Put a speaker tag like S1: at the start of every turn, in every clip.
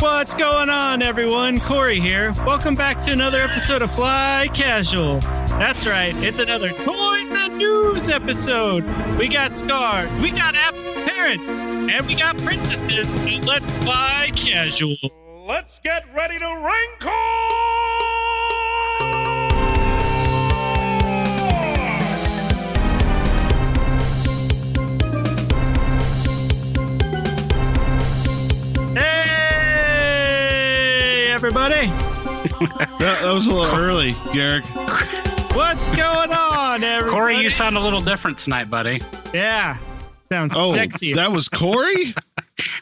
S1: What's going on, everyone? Corey here. Welcome back to another episode of Fly Casual. That's right, it's another Toys and News episode. We got scars, we got absent parents, and we got princesses. So let's fly casual.
S2: Let's get ready to wrinkle!
S1: Hey, everybody!
S3: That, that was a little early, Garrick.
S1: What's going on, everybody?
S4: Corey, you sound a little different tonight, buddy.
S1: yeah. Sounds
S3: Oh,
S1: sexy. That-,
S3: that was Corey.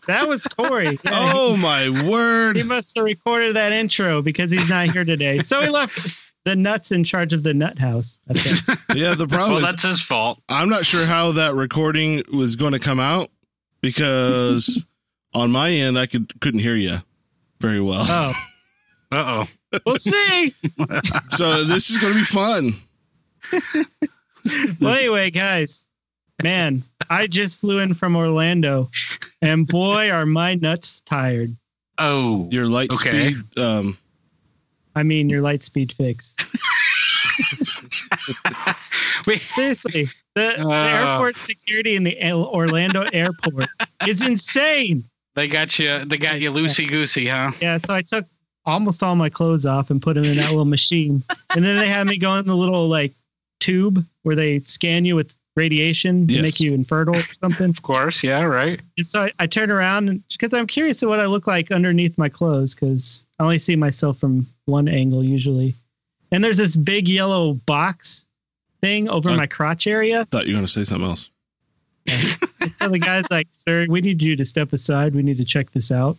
S1: was Corey. Yeah,
S3: Oh my
S1: He
S3: word!
S1: must have recorded that intro because he's not here today. So he left the nuts in charge of the nut house. I think.
S3: Yeah, the problem Oh,
S4: well,
S3: is
S4: that's his fault.
S3: I'm not sure how that recording was going to come out because on my end I could couldn't hear you very well.
S1: Oh,
S4: Uh oh.
S1: we'll see.
S3: So this is going to be fun.
S1: well, anyway, guys, man, I just flew in from Orlando, and boy, are my nuts tired.
S4: Oh.
S3: Your light
S4: Okay.
S3: speed. Um,
S1: I mean, your light speed fix.
S4: We-
S1: Seriously, the, the
S4: Uh.
S1: airport security in the L- Orlando airport is insane.
S4: They got you. They got you loosey goosey, huh?
S1: Yeah, so I took almost all my clothes off and put them in that little machine. And then they had me go in the little like tube where they scan you with radiation to
S3: Yes.
S1: make you infertile or something.
S4: Of course. Yeah. Right.
S1: And so I, I turned around because I'm curious at what I look like underneath my clothes because I only see myself from one angle usually. And there's this big yellow box thing over
S3: Uh.
S1: my crotch area.
S3: thought you were going to say something else.
S1: And so the guy's like, "Sir, we need you to step aside. We need to check this out."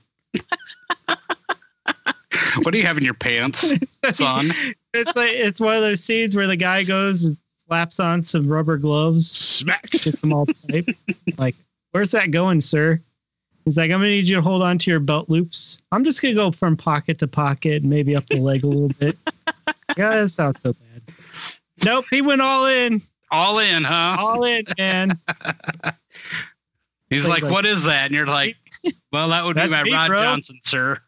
S4: What do you have in your pants,
S1: So he-
S4: son?
S1: it's like it's one of those scenes where the guy goes and slaps on some rubber gloves,
S3: Smack.
S1: gets them all tight. like, where's that going, sir? He's like, I'm gonna need you to hold on to your belt loops. I'm just gonna go from pocket to pocket, and maybe up the leg a little bit. yeah, that's not so bad. Nope, he went all in,
S4: All in, huh?
S1: all in, man.
S4: He's
S1: like-
S4: like, "What is that?" And you're like, "Well, that would be
S1: That's
S4: my
S1: me,
S4: Rod
S1: bro.
S4: Johnson, sir.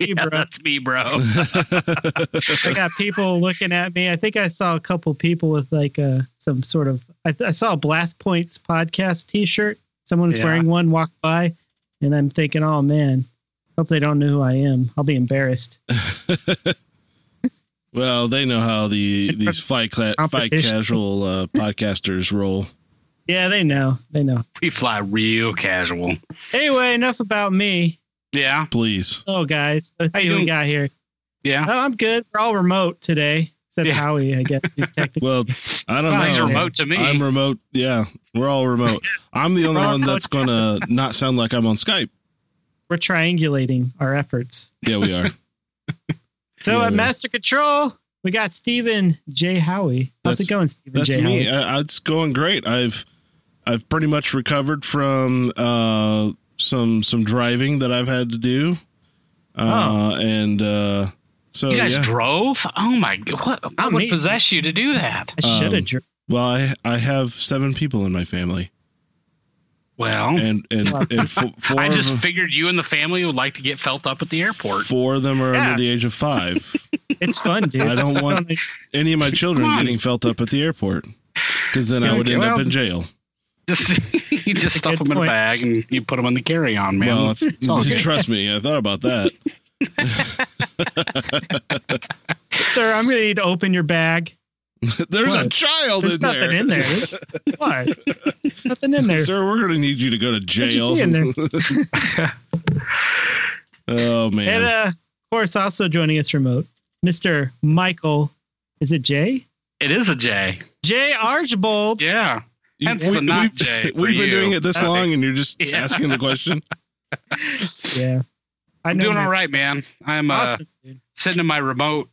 S1: me,
S4: yeah,
S1: bro.
S4: That's me, bro."
S1: I got people looking at me. I think I saw a couple people with like uh, some sort of. I, I saw a Blast Points podcast T-shirt. Someone was
S4: Yeah.
S1: wearing one. Walk by, and I'm thinking, oh man, hope they don't know who I am. I'll be embarrassed.
S3: well, they know how the these fight cla- fight
S1: Competition.
S3: casual uh, podcasters roll.
S1: Yeah, they know. They know.
S4: we fly real casual.
S1: Anyway, enough about me.
S4: Yeah.
S3: Please.
S1: Oh guys, let's
S4: How
S1: see
S4: you
S1: who we
S4: doing?
S1: got here.
S4: Yeah.
S1: Oh, I'm good. We're all remote today, except
S4: Yeah.
S1: Howie. I guess he's technically.
S3: Well, I don't
S1: Well,
S3: know.
S4: He's
S1: no.
S4: remote to me.
S3: I'm remote. Yeah, we're all remote. I'm the only
S1: We're all
S3: one that's going to not sound like I'm on Skype.
S1: we're triangulating our efforts.
S3: Yeah, we are.
S1: So
S3: Yeah,
S1: at
S3: yeah.
S1: Master Control, we got Stephen J. Howie. How's
S3: That's-
S1: it going, Stephen
S3: That's
S1: J. Howie?
S3: me. I, I- it's going great. I've I've pretty much recovered from uh, some some driving that I've had to do, uh, and uh, so
S4: you guys
S3: yeah.
S4: drove? Oh my god! What,
S1: Not
S4: what would
S1: me.
S4: possess you to do that?
S1: I should
S3: Um,
S1: have. dri
S3: Well, I I have seven people in my family,
S4: Well,
S3: and and and f- four
S4: Hmm. I just
S3: of,
S4: figured you and the family would like to get felt up at the airport.
S3: Four of them are
S1: Yeah.
S3: under the age of five.
S1: it's fun, dude.
S3: I don't want any of my children
S4: Come on.
S3: getting felt up at the airport, because then I would
S4: Okay,
S3: end up
S4: well,
S3: in jail.
S4: Just you just
S1: a
S4: stuff
S1: good
S4: them in
S1: point.
S4: a bag and you put them on the carry-on, man.
S3: Well,
S4: It's all good.
S3: trust me, I thought about that.
S1: Sir, I'm going to need to open your bag.
S3: There's a
S1: What?
S3: child
S1: There's
S3: in
S1: nothing
S3: there.
S1: in there. What? nothing in there.
S3: Sir, we're gonna need you to go to
S1: What'd you
S3: jail.
S1: see in there?
S3: oh man.
S1: And uh, of course, also joining us remote, Mr. Michael. Is it Jay?
S4: it is a J.
S1: Jay Archbold.
S4: Yeah.
S3: You-
S4: hence the not
S3: we've,
S4: J for
S3: we've been
S4: you.
S3: doing it this
S4: Okay.
S3: long and you're just
S4: Yeah.
S3: asking the question.
S1: Yeah. I
S4: I'm
S1: know
S4: doing
S1: my-
S4: all right, man. I'm uh,
S1: Awesome, dude.
S4: sitting in my remote,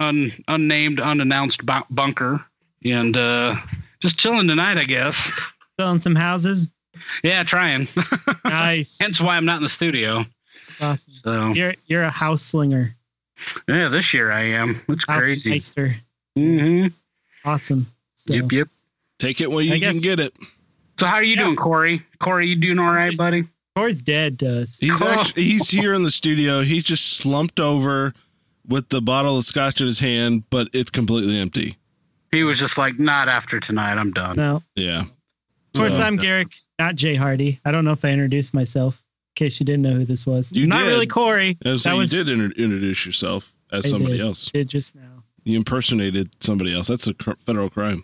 S4: un, unnamed, unannounced bu- bunker, and uh, just chilling tonight, I guess.
S1: Selling some houses.
S4: Yeah, trying.
S1: Nice.
S4: Hence why I'm not in the studio.
S1: awesome.
S4: So
S1: You're you're a house slinger.
S4: yeah, this year I am. It's
S1: House
S4: crazy.
S1: meister.
S4: Mm-hmm.
S1: Awesome. So-
S4: Yep, yep.
S3: Take it when you
S1: I
S3: can
S1: guess-
S3: get it.
S4: So how are you
S1: Yeah.
S4: doing, Corey? Corey, you doing all right, buddy?
S1: Corey's dead to us.
S3: He's
S4: Oh.
S3: actually he's here in the studio. He's just slumped over with the bottle of scotch in his hand, but it's completely empty.
S4: He was just like, not after tonight. I'm done.
S1: No.
S3: Yeah.
S1: Of course,
S3: So-
S1: I'm Garrick, not Jay Hardy. I don't know if I introduced myself in case you didn't know who this was.
S3: You
S1: not
S3: did.
S1: really Corey.
S3: Yeah, so
S1: that
S3: you
S1: was
S3: did inter- introduce yourself as
S1: I
S3: somebody
S1: did.
S3: else.
S1: did just now.
S3: You impersonated somebody else. That's a cr- federal crime.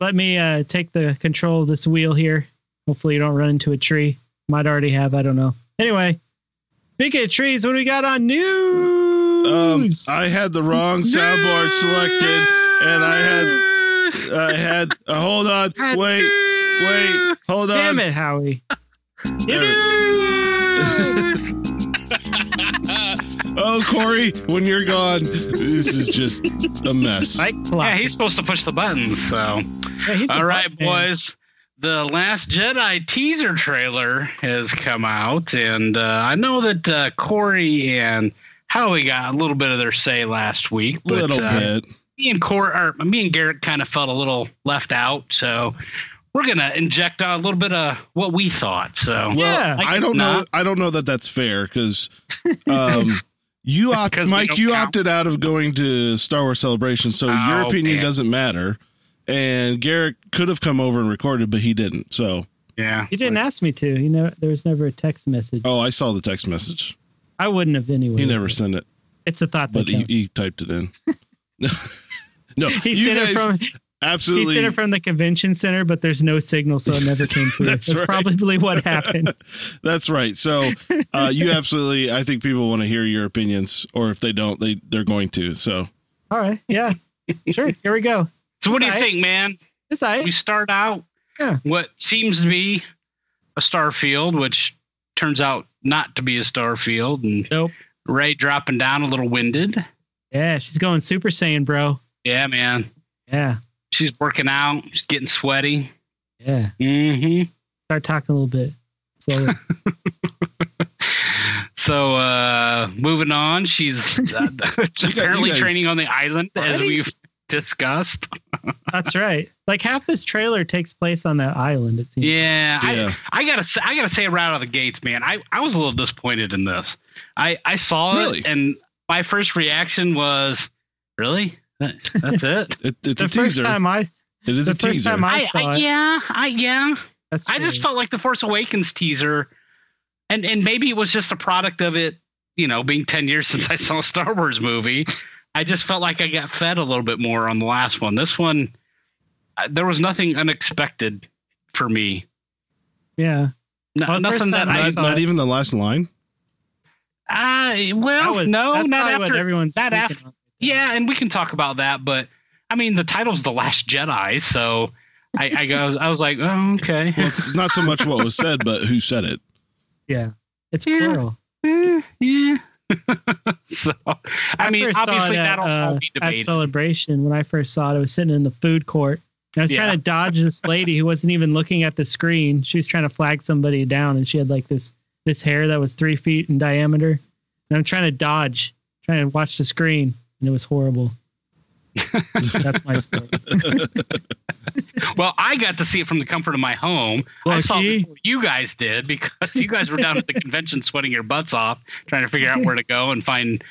S1: Let me uh, take the control of this wheel here. Hopefully, you don't run into a tree. Might already have. I don't know. Anyway, speaking of trees, what do we got on
S3: Um,
S1: news?
S3: I had the wrong soundboard selected, and I had I had uh, hold on, wait, wait, hold on.
S1: Damn it, Howie.
S3: There it- Oh, Corey, when you're gone, this is just a mess.
S1: Mike
S4: yeah,
S1: Clark.
S4: he's supposed to push the buttons. So,
S1: Yeah, he's a
S4: all right,
S1: black man.
S4: boys. The Last Jedi teaser trailer has come out, and uh, I know that uh, Corey and Howie got a little bit of their say last week. But,
S3: Little
S4: uh,
S3: bit.
S4: me and Cor or me and Garrett kind of felt a little left out, so we're gonna inject a little bit of what we thought. So
S3: Well,
S1: Yeah.
S3: I, don't know. I don't know that that's fair because um, you opt,
S4: 'Cause we
S3: Mike,
S4: don't
S3: you
S4: count.
S3: opted out of going to Star Wars Celebration, so your
S4: Oh,
S3: opinion
S4: man.
S3: doesn't matter. And Garrett could have come over and recorded, but he didn't. So,
S4: yeah,
S1: You didn't ask me to. You know, there was never a text message.
S3: oh, I saw the text message.
S1: I wouldn't have anyway.
S3: He never sent it,
S1: It's a thought that
S3: but he,
S1: counts.
S3: he typed it in. no,
S1: He
S3: you
S1: sent
S3: guys
S1: it from he
S3: absolutely.
S1: sent it from the convention center, but there's no signal, so it never came through.
S3: That's
S1: That's,
S3: right.
S1: probably what happened.
S3: That's right. So uh, you absolutely. I think people want to hear your opinions, or if they don't, they they're going to. So
S1: All right, yeah, sure. Here we go.
S4: So what do you
S1: Okay.
S4: think, man?
S1: It's all
S4: We
S1: right.
S4: start out
S1: Yeah.
S4: what seems to be a star field, which turns out not to be a star field, and
S1: Nope.
S4: Ray dropping down a little winded.
S1: Yeah, she's going Super Saiyan, bro.
S4: Yeah, man,
S1: Yeah,
S4: she's working out. She's getting sweaty.
S1: yeah.
S4: hmm
S1: Start talking a little bit. So
S4: So uh moving on, she's uh,
S3: you
S4: apparently
S3: guys-
S4: training on the island as
S1: Already?
S4: we've discussed.
S1: that's right. Like half this trailer takes place on that island. It seems.
S4: Yeah,
S3: Yeah.
S4: I, I gotta say, I gotta say right out of the gates, man. I, I was a little disappointed in this. I, I saw
S3: Really?
S4: it and my first reaction was, really? That, that's it?
S3: it, it's
S1: the
S3: a
S1: first
S3: teaser.
S1: time I.
S3: it is
S1: the
S3: a
S1: first
S3: teaser.
S1: time I-
S4: I,
S1: saw
S4: I
S1: it.
S4: yeah, I yeah.
S1: That's
S4: I just
S1: true.
S4: felt like the Force Awakens teaser, and and maybe it was just a product of it, you know, being ten years since I saw a Star Wars movie. I just felt like I got fed a little bit more on the last one. This one, uh, there was nothing unexpected for me.
S1: Yeah.
S4: No,
S1: Well, the first
S4: nothing that
S1: time I
S4: I
S3: not,
S1: saw
S3: not
S1: it.
S3: even the last line.
S4: Uh, well,
S1: That was-
S4: no,
S1: that's
S4: not
S1: probably What
S4: after.
S1: everyone's
S4: not
S1: speaking
S4: after-
S1: on.
S4: yeah, and we can talk about that, but I mean, the title's "The Last Jedi," so I, I go, I was like, oh, okay,
S3: Well, it's not so much what was said, but who said it.
S1: Yeah. It's
S4: Yeah.
S1: plural.
S4: Eh, yeah. so I mean,
S1: first saw
S4: obviously,
S1: it at,
S4: that'll
S1: uh,
S4: all be
S1: at
S4: debated.
S1: celebration when I first saw it. I was sitting in the food court. And I was
S4: Yeah.
S1: trying to dodge this lady who wasn't even looking at the screen. She was trying to flag somebody down, and she had like this this hair that was three feet in diameter. And I'm trying to dodge, trying to watch the screen, and it was horrible. That's my story.
S4: well, I got to see it from the comfort of my home. I saw it
S1: Lucky.
S4: before you guys did because you guys were down at the convention sweating your butts off trying to figure out where to go and find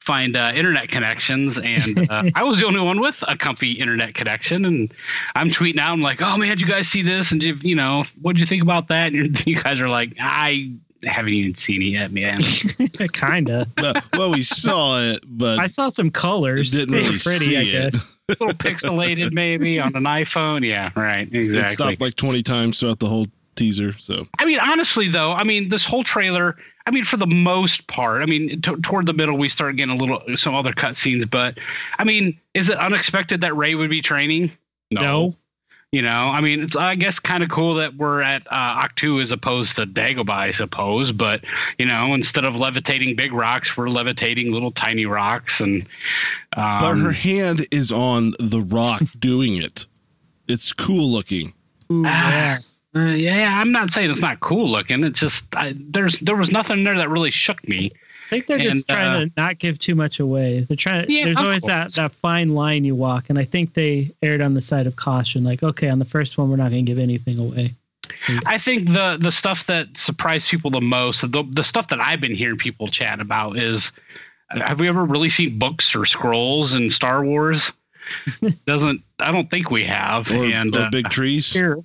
S4: find uh, internet connections and uh, I was the only one with a comfy internet connection and I'm tweeting out I'm like oh man did you guys see this and you you know what did you think about that and you're- you guys are like I haven't even seen it yet man
S1: Kinda.
S3: Well, well, we saw it, but
S1: I saw some colors.
S3: It didn't
S1: They were
S3: really
S1: pretty, I
S3: see it.
S1: guess.
S4: a little pixelated maybe on an iPhone yeah right
S3: it
S4: exactly
S3: stopped like twenty times throughout the whole teaser. So
S4: I mean, honestly, though, I mean, this whole trailer, I mean, for the most part, I mean, t- toward the middle, we start getting a little, some other cutscenes, but I mean, is it unexpected that Ray would be training?
S1: No.
S4: You know, I mean, it's, I guess, kind of cool that we're at uh, Octu as opposed to Dagobah, I suppose, but, you know, instead of levitating big rocks, we're levitating little tiny rocks. And, um,
S3: but her hand is on the rock doing it. It's cool looking.
S1: Ooh,
S4: Ah,
S1: yeah.
S4: uh, yeah, I'm not saying it's not cool looking. It's just I, there's there was nothing there that really shook me.
S1: I think they're just
S4: And, uh,
S1: trying to not give too much away. They're trying.
S4: Yeah,
S1: there's
S4: of
S1: always that,
S4: course.
S1: that fine line you walk, and I think they erred on the side of caution. Like, okay, on the first one, we're not going to give anything away.
S4: I think the the stuff that surprised people the most, the the stuff that I've been hearing people chat about is, have we ever really seen books or scrolls in Star Wars? Doesn't I don't think we have.
S3: Or,
S4: and
S3: or
S4: uh,
S3: big trees.
S4: here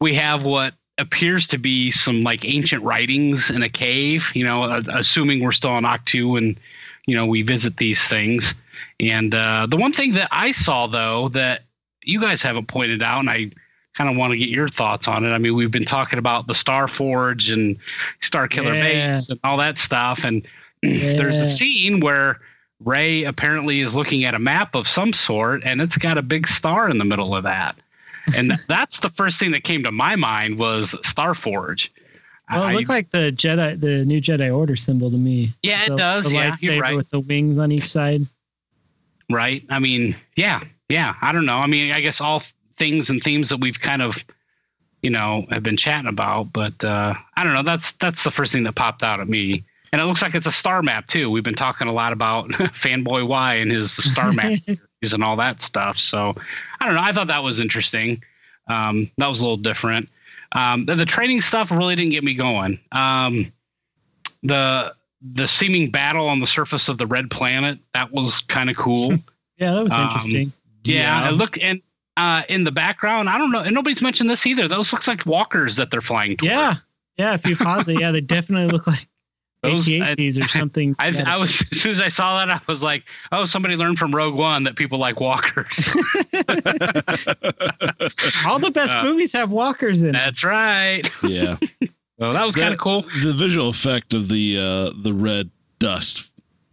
S4: we have what appears to be some like ancient writings in a cave you know a- assuming we're still on octu and you know we visit these things and uh, the one thing that i saw though that you guys haven't pointed out and i kind of want to get your thoughts on it i mean we've been talking about the star forge and star killer
S5: Yeah.
S4: base and all that stuff and there's
S5: Yeah.
S4: a scene where ray apparently is looking at a map of some sort and it's got a big star in the middle of that and that's the first thing that came to my mind was Starforge.
S1: Well, Oh, it
S4: I-
S1: looked like the Jedi, the new Jedi Order symbol to me.
S4: yeah, it
S1: The-
S4: does.
S1: The
S4: yeah,
S1: lightsaber
S4: you're right.
S1: with the wings on each side.
S4: Right. I mean, yeah, yeah. I don't know. I mean, I guess all things and themes that we've kind of, you know, have been chatting about, but uh, I don't know. That's that's the first thing that popped out at me. And it looks like it's a star map too. We've been talking a lot about fanboy Y and his star map theories and all that stuff. So I don't know. I thought that was interesting. Um, that was a little different. Um, the, the training stuff really didn't get me going. Um, the the seeming battle on the surface of the red planet that was kind of cool.
S1: Yeah, that was
S4: Um,
S1: interesting.
S4: Yeah,
S3: Yeah.
S4: and look and uh, in the background, I don't know, and nobody's mentioned this either. Those looks like walkers that they're flying toward.
S1: Yeah, yeah. If you pause it, yeah, they definitely look like
S4: Those- I-
S1: AT-ATs or something.
S4: I,
S1: Yeah.
S4: I was as soon as I saw that, I was like, "Oh, somebody learned from Rogue One that people like walkers."
S1: All the best
S4: uh,
S1: movies have walkers in it.
S4: That's right.
S3: yeah.
S4: So that was kind
S3: That-
S4: of cool.
S3: The visual effect of the uh the red dust.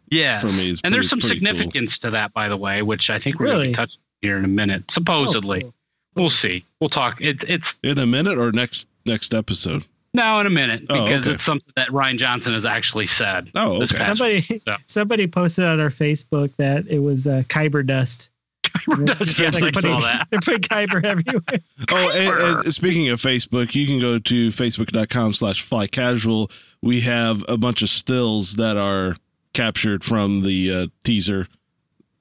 S4: Yeah,
S3: for me is
S4: and there's
S3: pretty-
S4: some
S3: pretty cool.
S4: significance to that, by the way, which I think we're going
S1: Really?
S4: to touch here in a minute. Supposedly,
S1: Oh, cool.
S4: we'll see. We'll talk. It, it's
S3: In a minute or next next episode.
S4: now in a minute
S3: Oh,
S4: because
S3: okay.
S4: it's something that Ryan Johnson has actually said.
S3: Oh,
S4: This
S3: okay.
S4: past-
S1: Somebody,
S4: So-
S1: somebody posted on our Facebook that it was uh, Kyber dust.
S4: Does- yes, I
S1: like putting,
S4: saw that.
S1: they're putting Kyber everywhere.
S3: Oh, and, and speaking of Facebook, you can go to facebook.com slash fly casual. We have a bunch of stills that are captured from the uh, teaser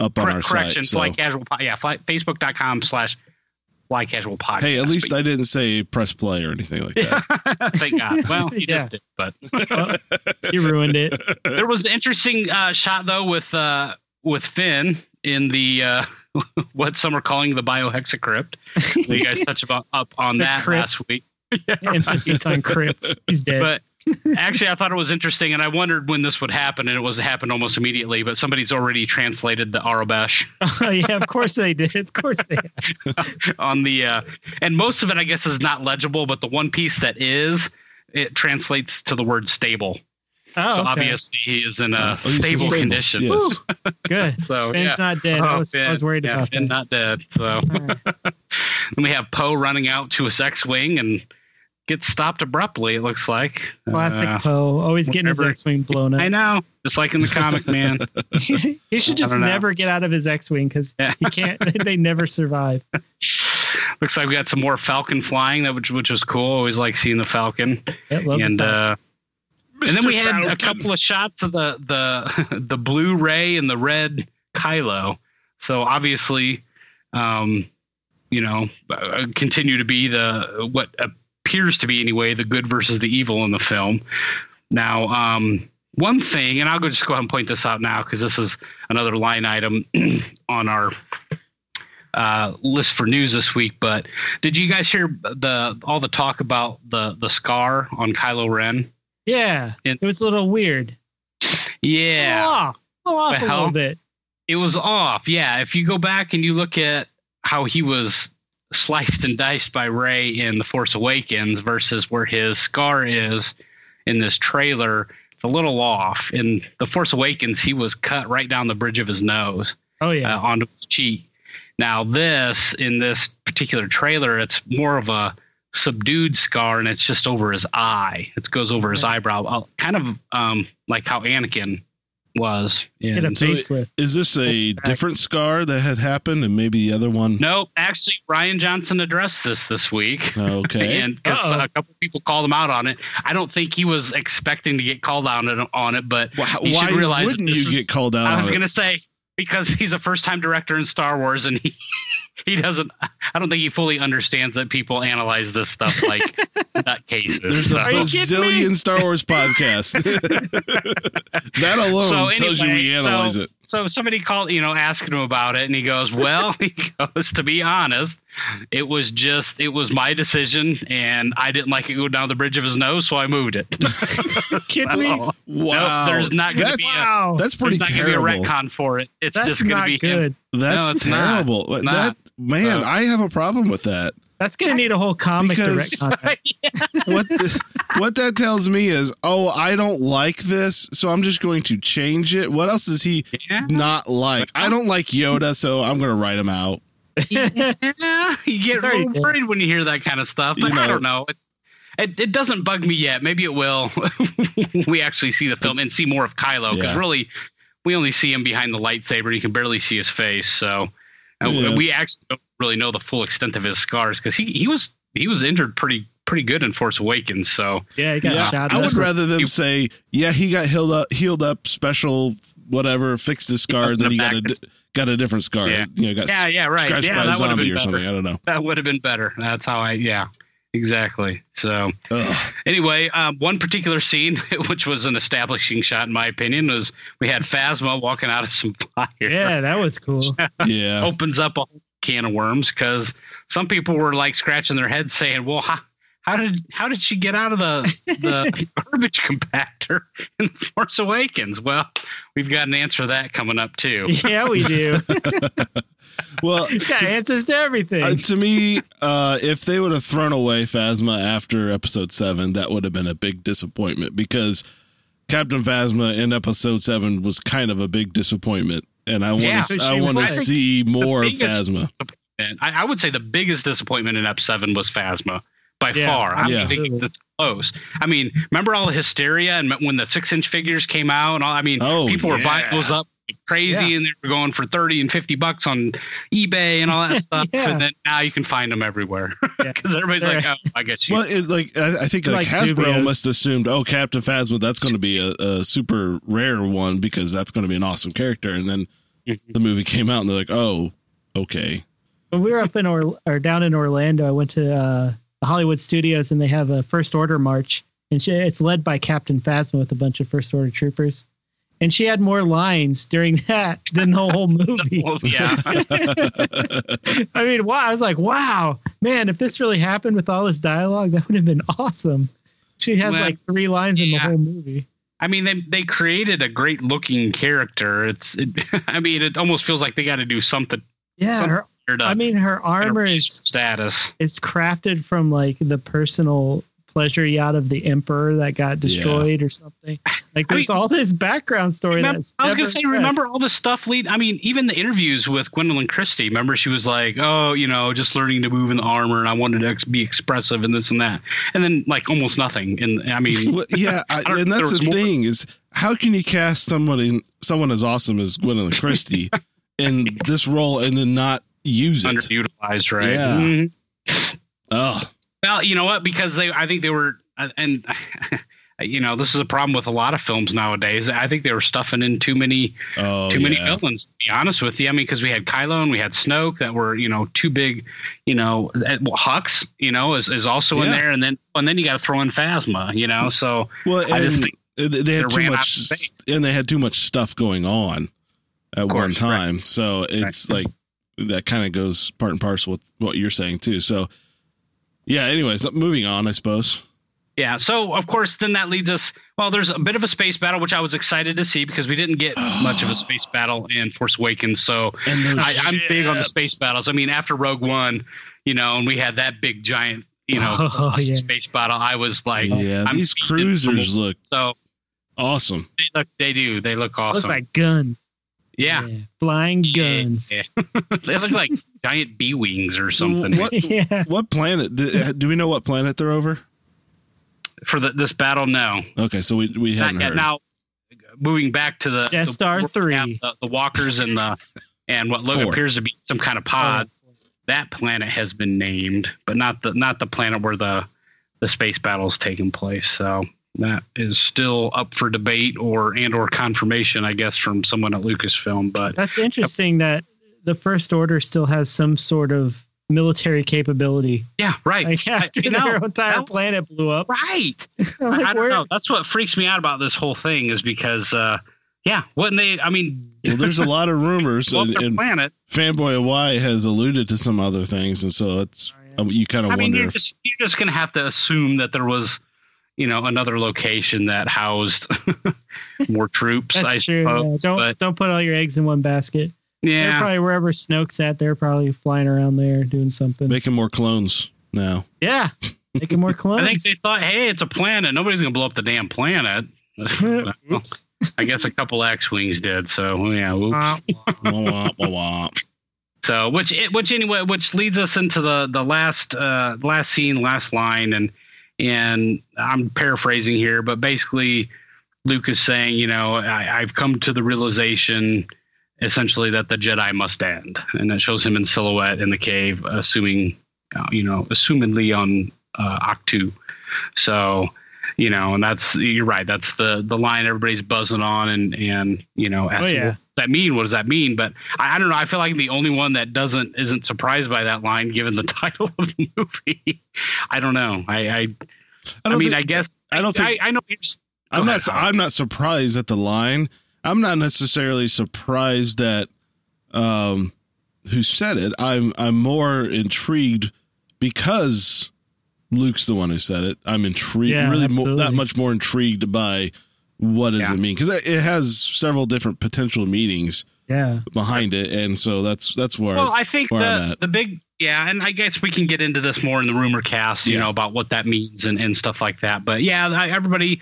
S3: up on
S4: Correct-
S3: our
S4: correction,
S3: site. So.
S4: fly casual. Po- yeah, fly, facebook.com slash fly casual podcast.
S3: Hey, at least I didn't say press play or anything like that.
S4: Thank God. Well, he
S1: Yeah.
S4: just did, but
S1: You ruined it.
S4: there was an interesting uh, shot though with uh, with Finn in the uh, what some are calling the biohexacrypt. you guys touched about up on
S1: The
S4: that
S1: crypt.
S4: last week. Yeah,
S1: Emphasis on crypt. He's dead.
S4: but actually i thought it was interesting and i wondered when this would happen and it was happened almost immediately but somebody's already translated the arabesh
S1: Oh, yeah, of course they did. Of course they.
S4: on the uh, and most of it i guess is not legible but the one piece that is it translates to the word stable
S1: Oh,
S4: so
S1: okay.
S4: obviously he is in a
S3: Oh, he's
S4: Uh, stable,
S3: stable.
S4: condition
S3: Yes.
S1: Good.
S4: so
S1: Ben's
S4: yeah
S1: not dead. I,
S4: Oh,
S1: was, I
S4: Finn.
S1: was worried
S4: Yeah,
S1: about
S4: Finn
S1: that.
S4: not dead. So then we have Poe running out to his X-wing and gets stopped abruptly. It looks like
S1: Classic
S4: Uh,
S1: Poe, always getting his
S4: whenever-
S1: X-wing blown
S4: I
S1: up.
S4: know, just like in the comic, man.
S1: he should
S4: I
S1: just
S4: don't know.
S1: never get out of his X-wing because
S4: Yeah.
S1: he can't. they never survive.
S4: Looks like we got some more Falcon flying, that which which was cool. Always like seeing the Falcon,
S1: Yeah, love
S4: and
S1: the Poe.
S4: uh, and then
S3: Mr.
S4: we had a
S3: Falcon.
S4: couple of shots of the the the blue Ray and the red Kylo. So obviously, um, you know, uh, continue to be the what appears to be anyway the good versus the evil in the film. Now, um, one thing, and I'll go just go ahead and point this out now because this is another line item on our uh, list for news this week. But did you guys hear the all the talk about the the scar on Kylo Ren?
S1: yeah,
S4: and-
S1: it was a little weird.
S4: Yeah.
S1: Fell off, fell off
S4: The
S1: a little
S4: hell?
S1: bit.
S4: it was off. Yeah, if you go back and you look at how he was sliced and diced by Ray in The Force Awakens versus where his scar is in this trailer, it's a little off. In The Force Awakens, he was cut right down the bridge of his nose
S1: Oh yeah,
S4: uh, onto his cheek. Now, this in this particular trailer, it's more of a subdued scar, and it's just over his eye. It goes over his eyebrow, uh, kind of um, like how Anakin was.
S1: get a
S4: In,
S3: so it-
S1: facelift.
S3: Is this a different scar that had happened and maybe the other one?
S4: no, actually, Ryan Johnson addressed this this week.
S3: Okay.
S4: And because
S1: Uh-oh.
S4: a couple people called him out on it, I don't think he was expecting to get called out on it. On it but
S3: Why,
S4: you
S3: why
S4: should realize that
S3: wouldn't
S4: this
S3: you
S4: is-
S3: get called out
S4: I
S3: on
S4: was
S3: it?
S4: going to say because he's a first-time director in Star Wars, and he he doesn't. I don't think he fully understands that people analyze this stuff like nutcases.
S3: There's a
S4: so.
S5: you kidding me?
S3: bazillion Star Wars podcasts. that alone
S4: So
S3: tells you we
S4: anyway, so-
S3: analyze it.
S4: So somebody called, you know, asking him about it, and he goes, "Well, he goes to be honest, it was just it was my decision, and I didn't like it go down the bridge of his nose, so I moved it."
S1: Kid
S4: That's
S1: me?
S4: all.
S3: Wow,
S4: there's not gonna
S3: that's,
S4: be a-
S1: Wow.
S3: that's pretty
S4: There's not
S3: terrible.
S4: gonna be a retcon for it. It's
S1: That's
S4: just gonna
S1: not
S4: be him.
S1: good.
S3: That's
S4: No, it's not.
S3: terrible.
S4: It's
S3: that
S4: not.
S3: man,
S4: So-
S3: I have a problem with that.
S1: That's going to need a whole comic
S3: Because-
S1: direct contact.
S3: What the, what that tells me is, oh, I don't like this, so I'm just going to change it. What else is he
S4: Yeah.
S3: not like? I don't like Yoda, so I'm going to write him out.
S4: Yeah, you get
S1: It's already
S4: a little
S1: dead.
S4: worried when you hear that kind of stuff, but
S3: You know.
S4: I don't know. It, it, it doesn't bug me yet. Maybe it will. when we actually see the film and see more of Kylo because
S3: Yeah.
S4: really, we only see him behind the lightsaber. You can barely see his face, so and
S3: Yeah.
S4: we actually don't really know the full extent of his scars because he, he was he was injured pretty pretty good in Force Awakens. So
S1: Yeah, he got
S3: Yeah,
S1: shot.
S3: I
S1: at.
S3: would rather them
S4: You-
S3: say, yeah, he got healed up, healed up, special, whatever, fixed his scar, and then he got a
S4: back.
S3: di- got a different scar.
S4: Yeah.
S3: You know, got
S4: yeah, yeah, right.
S3: scratched
S4: Yeah,
S3: by a
S4: that would have
S3: zombie
S4: been
S3: or something.
S4: better.
S3: I don't know.
S4: That would have been better. That's how I yeah exactly. So.
S3: Ugh.
S4: Anyway, um, one particular scene, which was an establishing shot, in my opinion, was we had Phasma walking out of some fire.
S1: Yeah, that was cool.
S3: Yeah,
S4: Opens up a whole can of worms because some people were like scratching their heads saying, well, how, how did how did she get out of the, the garbage compactor in Force Awakens? Well, we've got an answer to that coming up, too.
S1: Yeah, we do.
S3: well,
S1: He's got answers to everything.
S3: Uh, to me, uh, if they would have thrown away Phasma after episode seven, that would have been a big disappointment because Captain Phasma in episode seven was kind of a big disappointment, and I want
S4: Yeah.
S3: to I want to
S4: Right.
S3: see more of
S4: biggest-
S3: Phasma.
S4: And I, I would say the biggest disappointment in Ep Seven was Phasma by
S1: Yeah,
S4: far. I
S3: Yeah.
S4: don't think it's close. I mean, remember all the hysteria and when the six-inch figures came out, and all, I mean,
S3: Oh,
S4: people were buying
S3: yeah.
S4: those up like crazy, and they were going for thirty and fifty bucks on eBay and all that stuff.
S1: Yeah.
S4: And then now you can find them everywhere
S1: Yeah.
S4: because everybody's like, "Oh, I get you."
S3: Well, it, like I, I think like,
S1: Like
S3: Hasbro
S1: Zubios.
S3: must assumed, oh, Captain Phasma, that's going to be a, a super rare one because that's going to be an awesome character, and then
S4: Mhm.
S3: the movie came out, and they're like, oh, okay,
S1: when we were up in or, or down in Orlando, I went to uh, the Hollywood Studios and they have a First Order march, and she, it's led by Captain Phasma with a bunch of First Order troopers, and she had more lines during that than the whole movie.
S4: Well, yeah,
S1: I mean, wow! I was like, wow, man, if this really happened with all this dialogue, that would have been awesome. She had
S4: Well,
S1: like three lines in the
S4: yeah.
S1: whole movie.
S4: I mean, they they created a great-looking character. It's, it, I mean, it almost feels like they got to do something.
S1: Yeah,
S4: Some- uh,
S1: her,
S4: here to
S1: I mean, her armor
S4: raise
S1: is
S4: status.
S1: it's crafted from like the personal pleasure yacht of the emperor that got destroyed or something. Like
S4: I
S1: there's
S4: mean,
S1: all this background story.
S4: Remember-
S1: that's
S4: I was
S1: never
S4: gonna say,
S1: addressed.
S4: remember all the stuff lead. I mean, even the interviews with Gwendolyn Christie. Remember, she was like, "Oh, you know, just learning to move in the armor, and I wanted to ex- be expressive and this and that." And then, like, almost nothing. And I mean,
S3: well, yeah, I,
S4: don't know
S3: and
S4: if
S3: that's
S4: there
S3: the
S4: was more.
S3: thing is how can you cast somebody someone as awesome as Gwendolyn Christie in this role and then not use it?
S4: underutilized, right?
S3: Yeah.
S4: Mhm.
S3: Ugh.
S4: Well, you know what? Because they, I think they were, uh, and you know, this is a problem with a lot of films nowadays. I think they were stuffing in too many
S3: Oh,
S4: too many
S3: yeah.
S4: villains, to be honest with you. I mean, because we had Kylo and we had Snoke that were, you know, two big, you know, eh, well, Hux, you know, is, is also in
S3: Yeah.
S4: there, and then and then you got to throw in Phasma, you know. So
S3: Well,
S4: I just
S3: and
S4: think
S3: they they had
S4: they
S3: too
S4: ran out
S3: much,
S4: of space.
S3: and they had too much stuff going on at
S4: course,
S3: one
S4: right.
S3: time. So it's like that kind of goes part and parcel with what you're saying too. So yeah. Anyways, uh, moving on, I suppose.
S4: yeah, so of course, then that leads us. Well, there's a bit of a space battle, which I was excited to see because we didn't get much of a space battle in Force Awakens. So
S3: And those
S4: I, I'm big on the
S3: ships.
S4: space battles. I mean, after Rogue One, you know, and we had that big giant, you know,
S1: Oh, yeah.
S4: space battle. I was like,
S3: Yeah,
S4: I'm
S3: these
S4: feeding them.
S3: cruisers look
S4: So
S3: awesome.
S4: they look, they do, they look
S1: Looks
S4: awesome.
S1: like guns.
S4: yeah.
S1: flying
S4: Yeah,
S1: guns.
S4: yeah. they look like giant bee wings or
S3: So
S4: something
S3: what-
S1: Yeah.
S3: What planet? Do, do we know what planet they're over?
S4: for the, this battle. No,
S3: Okay, so we we
S4: not
S3: haven't
S4: yet.
S3: heard.
S4: Now, moving back to the
S1: Death
S4: the-
S1: Star
S4: we
S1: 3.
S4: have the, the walkers and the and what look
S3: Four.
S4: appears to be some kind of
S1: Oh.
S4: pod. That planet has been named, but not the not the planet where the the space battle is taking place. So that is still up for debate or and or confirmation, I guess, from someone at Lucasfilm. But
S1: That's interesting that the First Order still has some sort of military capability.
S4: Yeah, right.
S1: Like after
S4: you
S1: their
S4: know,
S1: entire
S4: that's-
S1: planet blew up.
S4: Right.
S1: I'm like,
S4: I don't
S1: where-
S4: know. That's what freaks me out about this whole thing is because, uh, yeah, wouldn't they? I mean,
S3: Well, there's a lot of rumors,
S4: blow up
S3: and,
S4: their
S3: and
S4: planet.
S3: fanboy Y has alluded to some other things, and so it's um, you kind of
S4: I mean,
S3: wonder.
S4: you're
S3: if,
S4: just you're just gonna have to assume that there was, you know, another location that housed more troops.
S1: That's
S4: I
S1: true.
S4: suppose.
S1: yeah. Don't
S4: but-
S1: don't put all your eggs in one basket. They're
S4: Yeah,
S1: probably wherever Snoke's at. They're probably flying around there doing something.
S3: making more clones now.
S1: yeah, making more clones.
S4: I think they thought, hey, it's a planet. Nobody's gonna blow up the damn planet.
S1: Oops.
S4: I guess a couple X wings did. So yeah. oops.
S1: Uh.
S3: Wah, wah, wah, wah.
S4: So which it, which anyway which leads us into the the last uh last scene last line and and I'm paraphrasing here but basically Luke is saying you know I, I've come to the realization essentially that the Jedi must end and it shows him in silhouette in the cave assuming uh, you know assumedly on uh, Octu so you know and that's you're right that's the the line everybody's buzzing on and and you know asking
S1: yeah.
S4: what does that mean what does that mean but I, I don't know. I feel like the only one that doesn't isn't surprised by that line, given the title of the movie. I don't know. I I, I,
S3: don't
S4: mean,
S3: think-
S4: I guess
S3: I don't think
S4: I, I know. it's-
S3: I'm
S4: Go
S3: not.
S4: ahead, Howard.
S3: I'm not surprised at the line. I'm not necessarily surprised that um, who said it. I'm. I'm more intrigued because Luke's the one who said it. I'm intrigued.
S1: Yeah,
S3: really, mo-
S1: absolutely.
S3: that much more intrigued by what does
S4: Yeah.
S3: it mean because it has several different potential meanings
S1: yeah.
S3: behind it, and so that's that's where.
S4: Well, I think
S3: where I'm
S4: the
S3: at.
S4: the big yeah, and I guess we can get into this more in the rumor cast, you
S3: Yeah.
S4: know, about what that means and and stuff like that. But yeah, I, everybody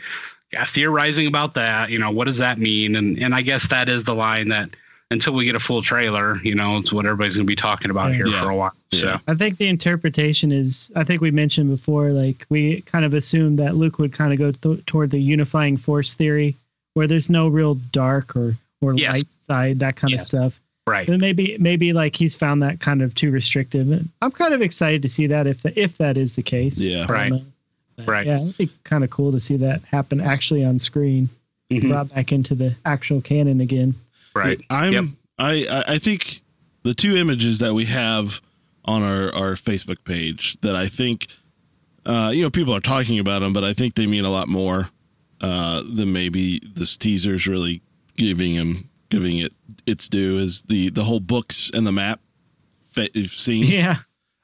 S4: yeah, theorizing about that. You know, what does that mean? And and I guess that is the line that until we get a full trailer, you know, it's what everybody's going to be talking about here
S3: Yeah.
S4: for a while. So.
S3: Yeah.
S1: I think the interpretation is. I think we mentioned before. Like we kind of assumed that Luke would kind of go th- toward the unifying force theory, where there's no real dark or or
S4: Yes.
S1: light side, that kind of
S4: Yes.
S1: stuff.
S4: Right.
S1: But maybe maybe like he's found that kind of too restrictive. And I'm kind of excited to see that if the, if that is the case.
S3: Yeah.
S1: I don't
S4: Right.
S1: know. But
S4: Right.
S1: Yeah, it'd be kind of cool to see that happen actually on screen,
S4: Mhm.
S1: brought back into the actual canon again.
S4: Right.
S3: I'm
S4: Yep.
S3: I I- I think the two images that we have on our our Facebook page that I think uh you know people are talking about them but I think they mean a lot more uh than maybe this teaser's really giving him giving it its due is the the whole books and the map fa- scene.
S1: Yeah.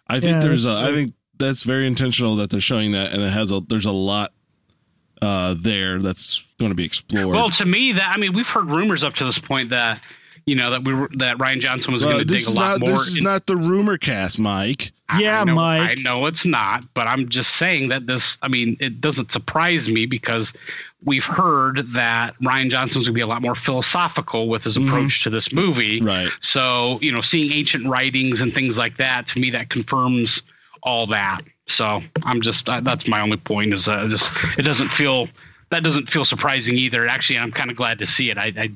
S3: I think
S1: Yeah,
S3: there's a
S1: that's
S3: I
S1: true.
S3: think that's very intentional that they're showing that and it has a there's a lot uh there that's going to be explored.
S4: Well, to me, that I mean, we've heard rumors up to this point that you know that we were that Ryan Johnson was
S3: Uh,
S4: going to
S3: this
S4: dig a
S3: is
S4: lot
S3: not
S4: more.
S3: this is
S4: in-
S3: not the rumor cast, Mike.
S4: I-
S1: Yeah,
S4: I know,
S1: Mike.
S4: I know it's not, but I'm just saying that this. I mean, it doesn't surprise me because we've heard that Ryan Johnson's going to be a lot more philosophical with his
S3: Mhm.
S4: approach to this movie.
S3: Right.
S4: So you know, seeing ancient writings and things like that to me that confirms all that. So I'm just I, that's my only point is uh, just it doesn't feel that doesn't feel surprising either. Actually, I'm kind of glad to see it. I, I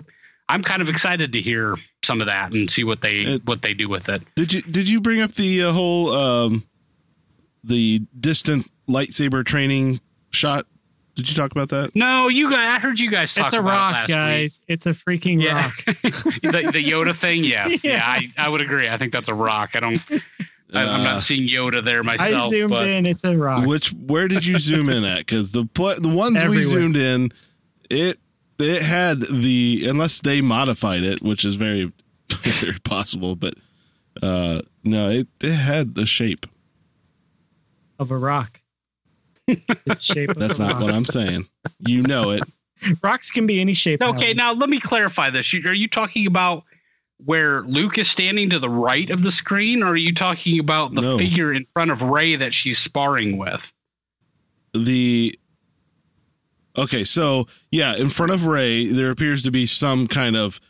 S4: I'm kind of excited to hear some of that and see what they
S3: It-
S4: what they do with it.
S3: Did you did you bring up the uh, whole um the distant lightsaber training shot? Did you talk about that?
S4: No, you guys. I heard you guys talk
S1: It's a
S4: about it
S1: rock,
S4: last week.
S1: guys. It's a freaking
S4: Yeah.
S1: rock.
S4: the, the Yoda thing. Yes, yeah,
S1: Yeah.
S4: I, I would agree. I think that's a rock. I don't. I, I'm
S3: Uh,
S4: not seeing Yoda there myself.
S1: I zoomed
S4: but
S1: in. It's a rock.
S3: Which where did you zoom in at? Because the pl- the ones we
S1: Everywhere.
S3: zoomed in, it it had the unless they modified it, which is very very possible. But uh no, it it had the shape.
S1: of a rock. The shape of
S3: That's
S1: a
S3: not
S1: rock.
S3: what I'm saying. You know it.
S1: Rocks can be any shape.
S4: Okay,
S1: Howard.
S4: now let me clarify this. You- Are you talking about where Luke is standing to the right of the screen, or are you talking about the
S3: No.
S4: figure in front of Ray that she's sparring with?
S3: the okay so yeah in front of ray there appears to be some kind of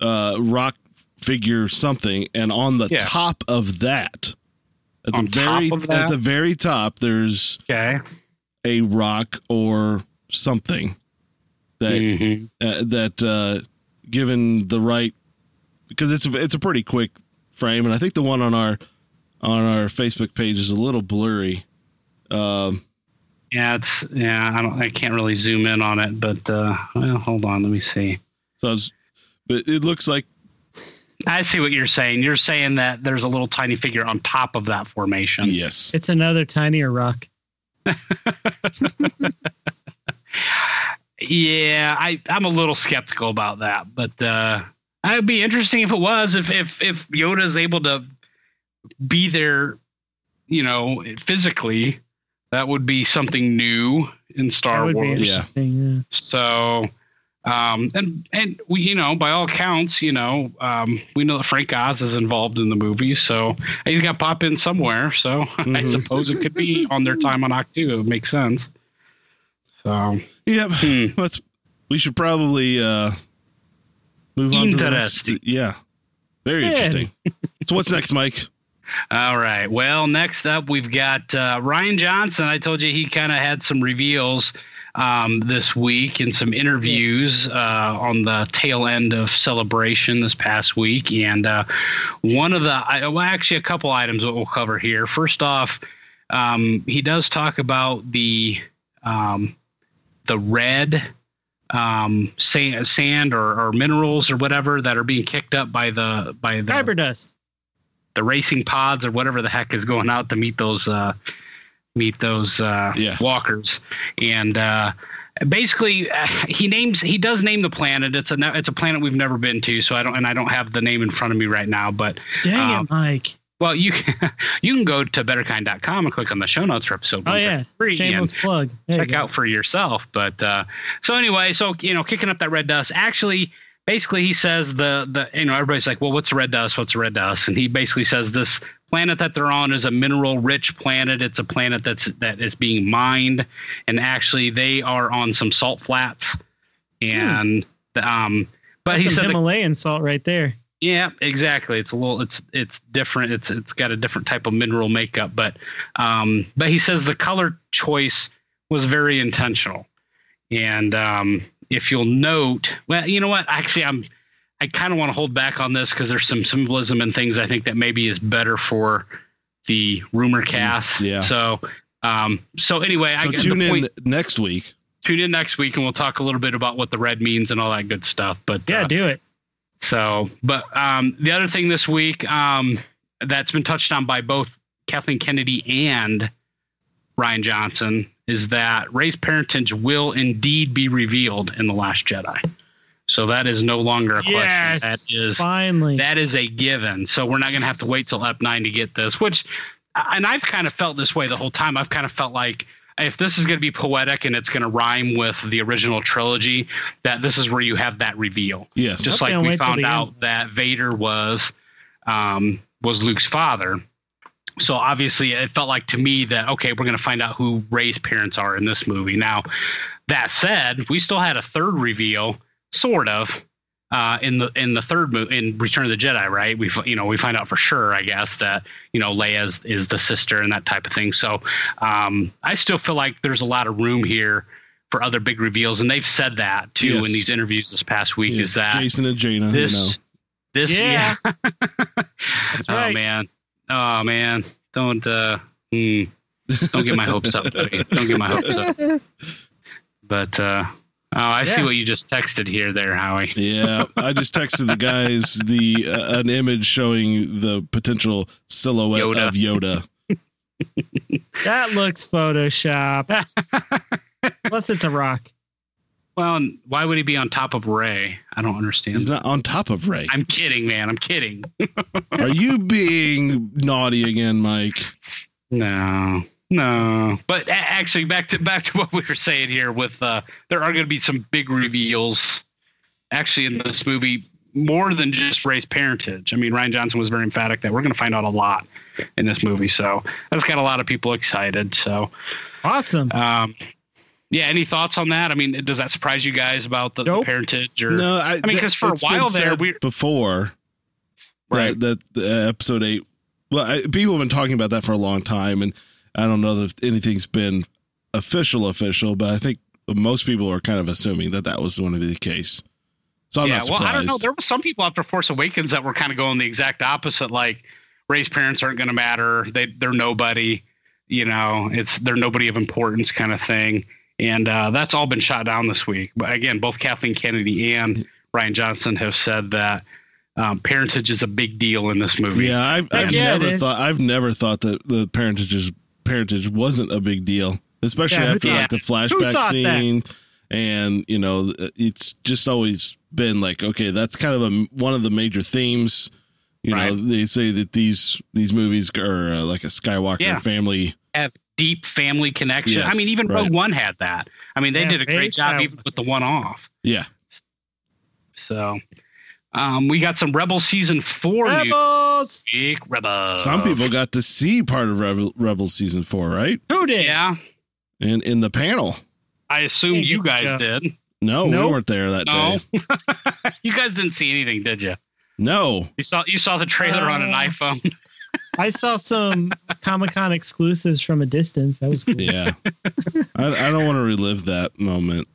S3: uh rock figure something and on the
S4: Yeah.
S3: top of that at
S4: On
S3: the very
S4: top of
S3: at
S4: that?
S3: the very top there's
S4: Okay.
S3: a rock or something that
S1: Mm-hmm.
S4: hmm
S3: uh, that uh given the right because it's a, it's a pretty quick frame and i think the one on our on our facebook page is a little blurry um
S4: Yeah, it's yeah. I don't. I can't really zoom in on it, but uh, well, hold on. Let me see.
S3: So I was, but it looks like
S4: I see what you're saying. You're saying that there's a little tiny figure on top of that formation.
S3: Yes.
S1: It's another tinier rock.
S4: Yeah, I I'm a little skeptical about that, but uh, it'd be interesting if it was if if if Yoda is able to be there, you know, physically. That would be something new in
S1: that
S4: Star
S1: would
S4: Wars.
S1: be
S3: Yeah.
S1: interesting. Yeah.
S4: So, um, and and we, you know, by all accounts, you know, um, we know that Frank Oz is involved in the movie, so he's got to pop in somewhere. So I
S3: Mhm.
S4: suppose it could be on their time on Octu. It would make sense. So
S3: Yep.
S4: hmm.
S3: Let's. We should probably uh move on.
S4: Interesting. Eh.
S3: To the next. Yeah. Very
S1: Yeah.
S3: interesting. so what's next, Mike?
S4: All right. Well, next up, we've got uh, Ryan Johnson. I told you he kind of had some reveals um, this week and some interviews uh, on the tail end of Celebration this past week. And uh, one of the, I, well, actually, a couple items that we'll cover here. First off, um, he does talk about the um, the red um, sand, sand or, or minerals or whatever that are being kicked up by the by the
S1: Kyber dust.
S4: the racing pods or whatever the heck is going out to meet those uh, meet those uh,
S3: Yeah.
S4: walkers and uh, basically uh, he names he does name the planet it's a it's a planet we've never been to so I don't and I don't have the name in front of me right now but
S1: Dang
S4: Um,
S1: it, Mike.
S4: well you can, you can go to betterkind.com and click on the show notes for episode
S1: Oh
S4: one
S1: yeah.
S4: free and
S1: Shameless plug. There you
S4: check
S1: go.
S4: out for yourself. But uh, so anyway, so you know, kicking up that red dust. Actually, basically, he says the the you know everybody's like, well, what's the red dust? What's the red dust? And he basically says this planet that they're on is a mineral rich planet. It's a planet that's that is being mined, and actually, they are on some salt flats, and um. But
S1: Hmm. That's
S4: he
S1: some
S4: said the
S1: Himalayan salt right there.
S4: yeah, exactly. It's a little it's it's different. It's it's got a different type of mineral makeup, but um but he says the color choice was very intentional. And um if you'll note, well, you know what? Actually, I'm I kind of want to hold back on this cuz there's some symbolism and things I think that maybe is better for the rumor cast.
S3: Mm, yeah.
S4: So um so anyway,
S3: So
S4: I
S3: tune
S4: the
S3: in
S4: point,
S3: next week.
S4: tune in next week and we'll talk a little bit about what the red means and all that good stuff, but
S1: Yeah,
S4: uh,
S1: do it.
S4: so, but um, the other thing this week um, that's been touched on by both Kathleen Kennedy and Ryan Johnson is that Ray's parentage will indeed be revealed in the Last Jedi. So that is no longer a question.
S1: Yes.
S4: That is
S1: Finally.
S4: that is a given. So we're not going to have to wait till up nine to get this. Which, and I've kind of felt this way the whole time. I've kind of felt like if this is going to be poetic and it's going to rhyme with the original trilogy, that this is where you have that reveal
S3: Yes.
S4: just
S1: I
S4: like
S1: can't
S4: we
S1: wait till
S4: found
S1: the
S4: out
S1: end.
S4: that Vader was um, was Luke's father. So obviously, it felt like to me that okay, we're going to find out who Ray's parents are in this movie. Now, that said, we still had a third reveal, sort of, uh, in the in the third movie in Return of the Jedi, right? We f- you know we find out for sure, I guess, that you know Leia is, is the sister and that type of thing. So um, I still feel like there's a lot of room here for other big reveals, and they've said that too
S3: Yes.
S4: in these interviews this past week.
S3: Yeah,
S4: Is that
S3: Jason and Jaina? you
S4: this
S3: know.
S4: this
S1: Yeah.
S4: yeah,
S1: That's
S4: oh
S1: right.
S4: man oh man don't uh hmm. don't get my hopes up buddy. don't get my hopes up but uh oh i see
S1: Yeah.
S4: what you just texted here there howie
S3: Yeah, I just texted the guys the uh, an image showing the potential silhouette
S4: Yoda.
S3: of Yoda.
S1: that looks Photoshop. Plus, it's a rock.
S4: well and why would he be on top of ray i don't
S3: He's
S4: understand
S3: not on top of Ray.
S4: i'm kidding man i'm kidding
S3: Are you being naughty again, Mike?
S4: no no but a- actually back to back to what we were saying here with uh there are going to be some big reveals actually in this movie more than just Ray's parentage. I mean, Ryan Johnson was very emphatic that we're going to find out a lot in this movie. So that's got a lot of people excited. So,
S1: Awesome.
S4: um, yeah, any thoughts on that? I mean, does that surprise you guys about the, the
S1: Nope.
S4: parentage? Or
S3: No, I,
S4: mean, 'cause for a
S3: it's been
S4: while there,
S3: said
S4: we-
S3: before
S4: Right.
S3: that that uh, episode eight. Well, I, people have been talking about that for a long time, and I don't know that anything's been official official, but I think most people are kind of assuming that that was going to be the case. So I'm
S4: yeah,
S3: not surprised.
S4: well, I don't know. There were some people after Force Awakens that were kind of going the exact opposite. Like Ray's parents aren't going to matter. They they're nobody. You know, it's they're nobody of importance kind of thing. And uh, that's all been shot down this week. But again, both Kathleen Kennedy and Ryan Johnson have said that um, parentage is a big deal in this movie.
S3: Yeah, I've, I've
S1: Yeah, it
S3: never
S1: is.
S3: thought I've never thought that the parentage is, parentage wasn't a big deal, especially
S1: Yeah, who
S3: after like the flashback
S1: thought that?
S3: scene, and you know it's just always been like okay, that's kind of a one of the major themes. You know,
S4: Right.
S3: they say that these these movies are uh, like a Skywalker
S4: Yeah.
S3: family.
S4: Have deep family connection.
S3: Yes,
S4: I mean, even
S3: right.
S4: Rogue One had that. I mean, they
S1: Yeah,
S4: did a
S1: very
S4: great job
S1: stylized.
S4: even with the one off.
S3: Yeah,
S4: So um, we got some Rebel season four news.
S1: Rebels.
S4: Big Rebel.
S1: Uh,
S3: some people got to see part of Rebel, Rebel season four, right?
S1: Who did?
S4: Yeah,
S3: And in the panel,
S4: I assume
S1: Hey,
S4: you
S1: good
S4: guys
S1: job.
S4: did.
S3: no,
S1: Nope.
S3: we weren't there that
S4: No,
S3: day.
S4: you guys didn't see anything, did you?
S3: No,
S4: You saw you saw the trailer on an
S1: Uh,
S4: iPhone.
S1: I saw some Comic Con exclusives from a distance. That was cool.
S3: yeah, I, I don't want to relive that moment.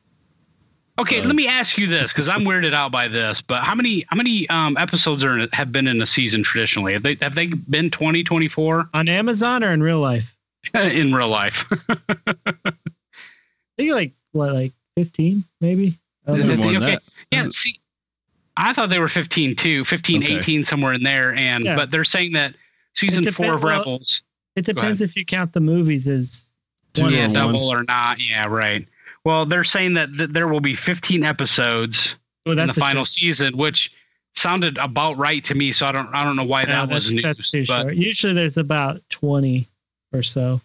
S4: Okay,
S3: uh,
S4: let me ask you this because I'm weirded out by this. But how many how many um, episodes are in, have been in a season traditionally? Have they have they been 20, 24
S1: On Amazon or in real life?
S4: in real life?
S1: I think like what, like fifteen, maybe. I
S3: It's
S1: don't know.
S3: been more than
S4: Okay.
S3: that.
S4: Yeah,
S3: Is it-
S4: see, I thought they were 15 too, 15,
S3: Okay.
S4: 18, somewhere in there. And
S1: Yeah.
S4: but they're saying that season
S1: It
S4: four of
S1: depends- well,
S4: Rebels,
S1: It depends if you count the movies as
S3: Two
S4: yeah,
S3: or
S4: double or not. Yeah, right. Well, they're saying that th- there will be 15 episodes
S1: well,
S4: in
S1: oh, that's
S4: the
S1: a
S4: final season, which sounded about right to me. So I don't, I don't know why
S1: No,
S4: that was
S1: that's,
S4: news.
S1: that's too
S4: but
S1: short. Usually there's about 20 or so.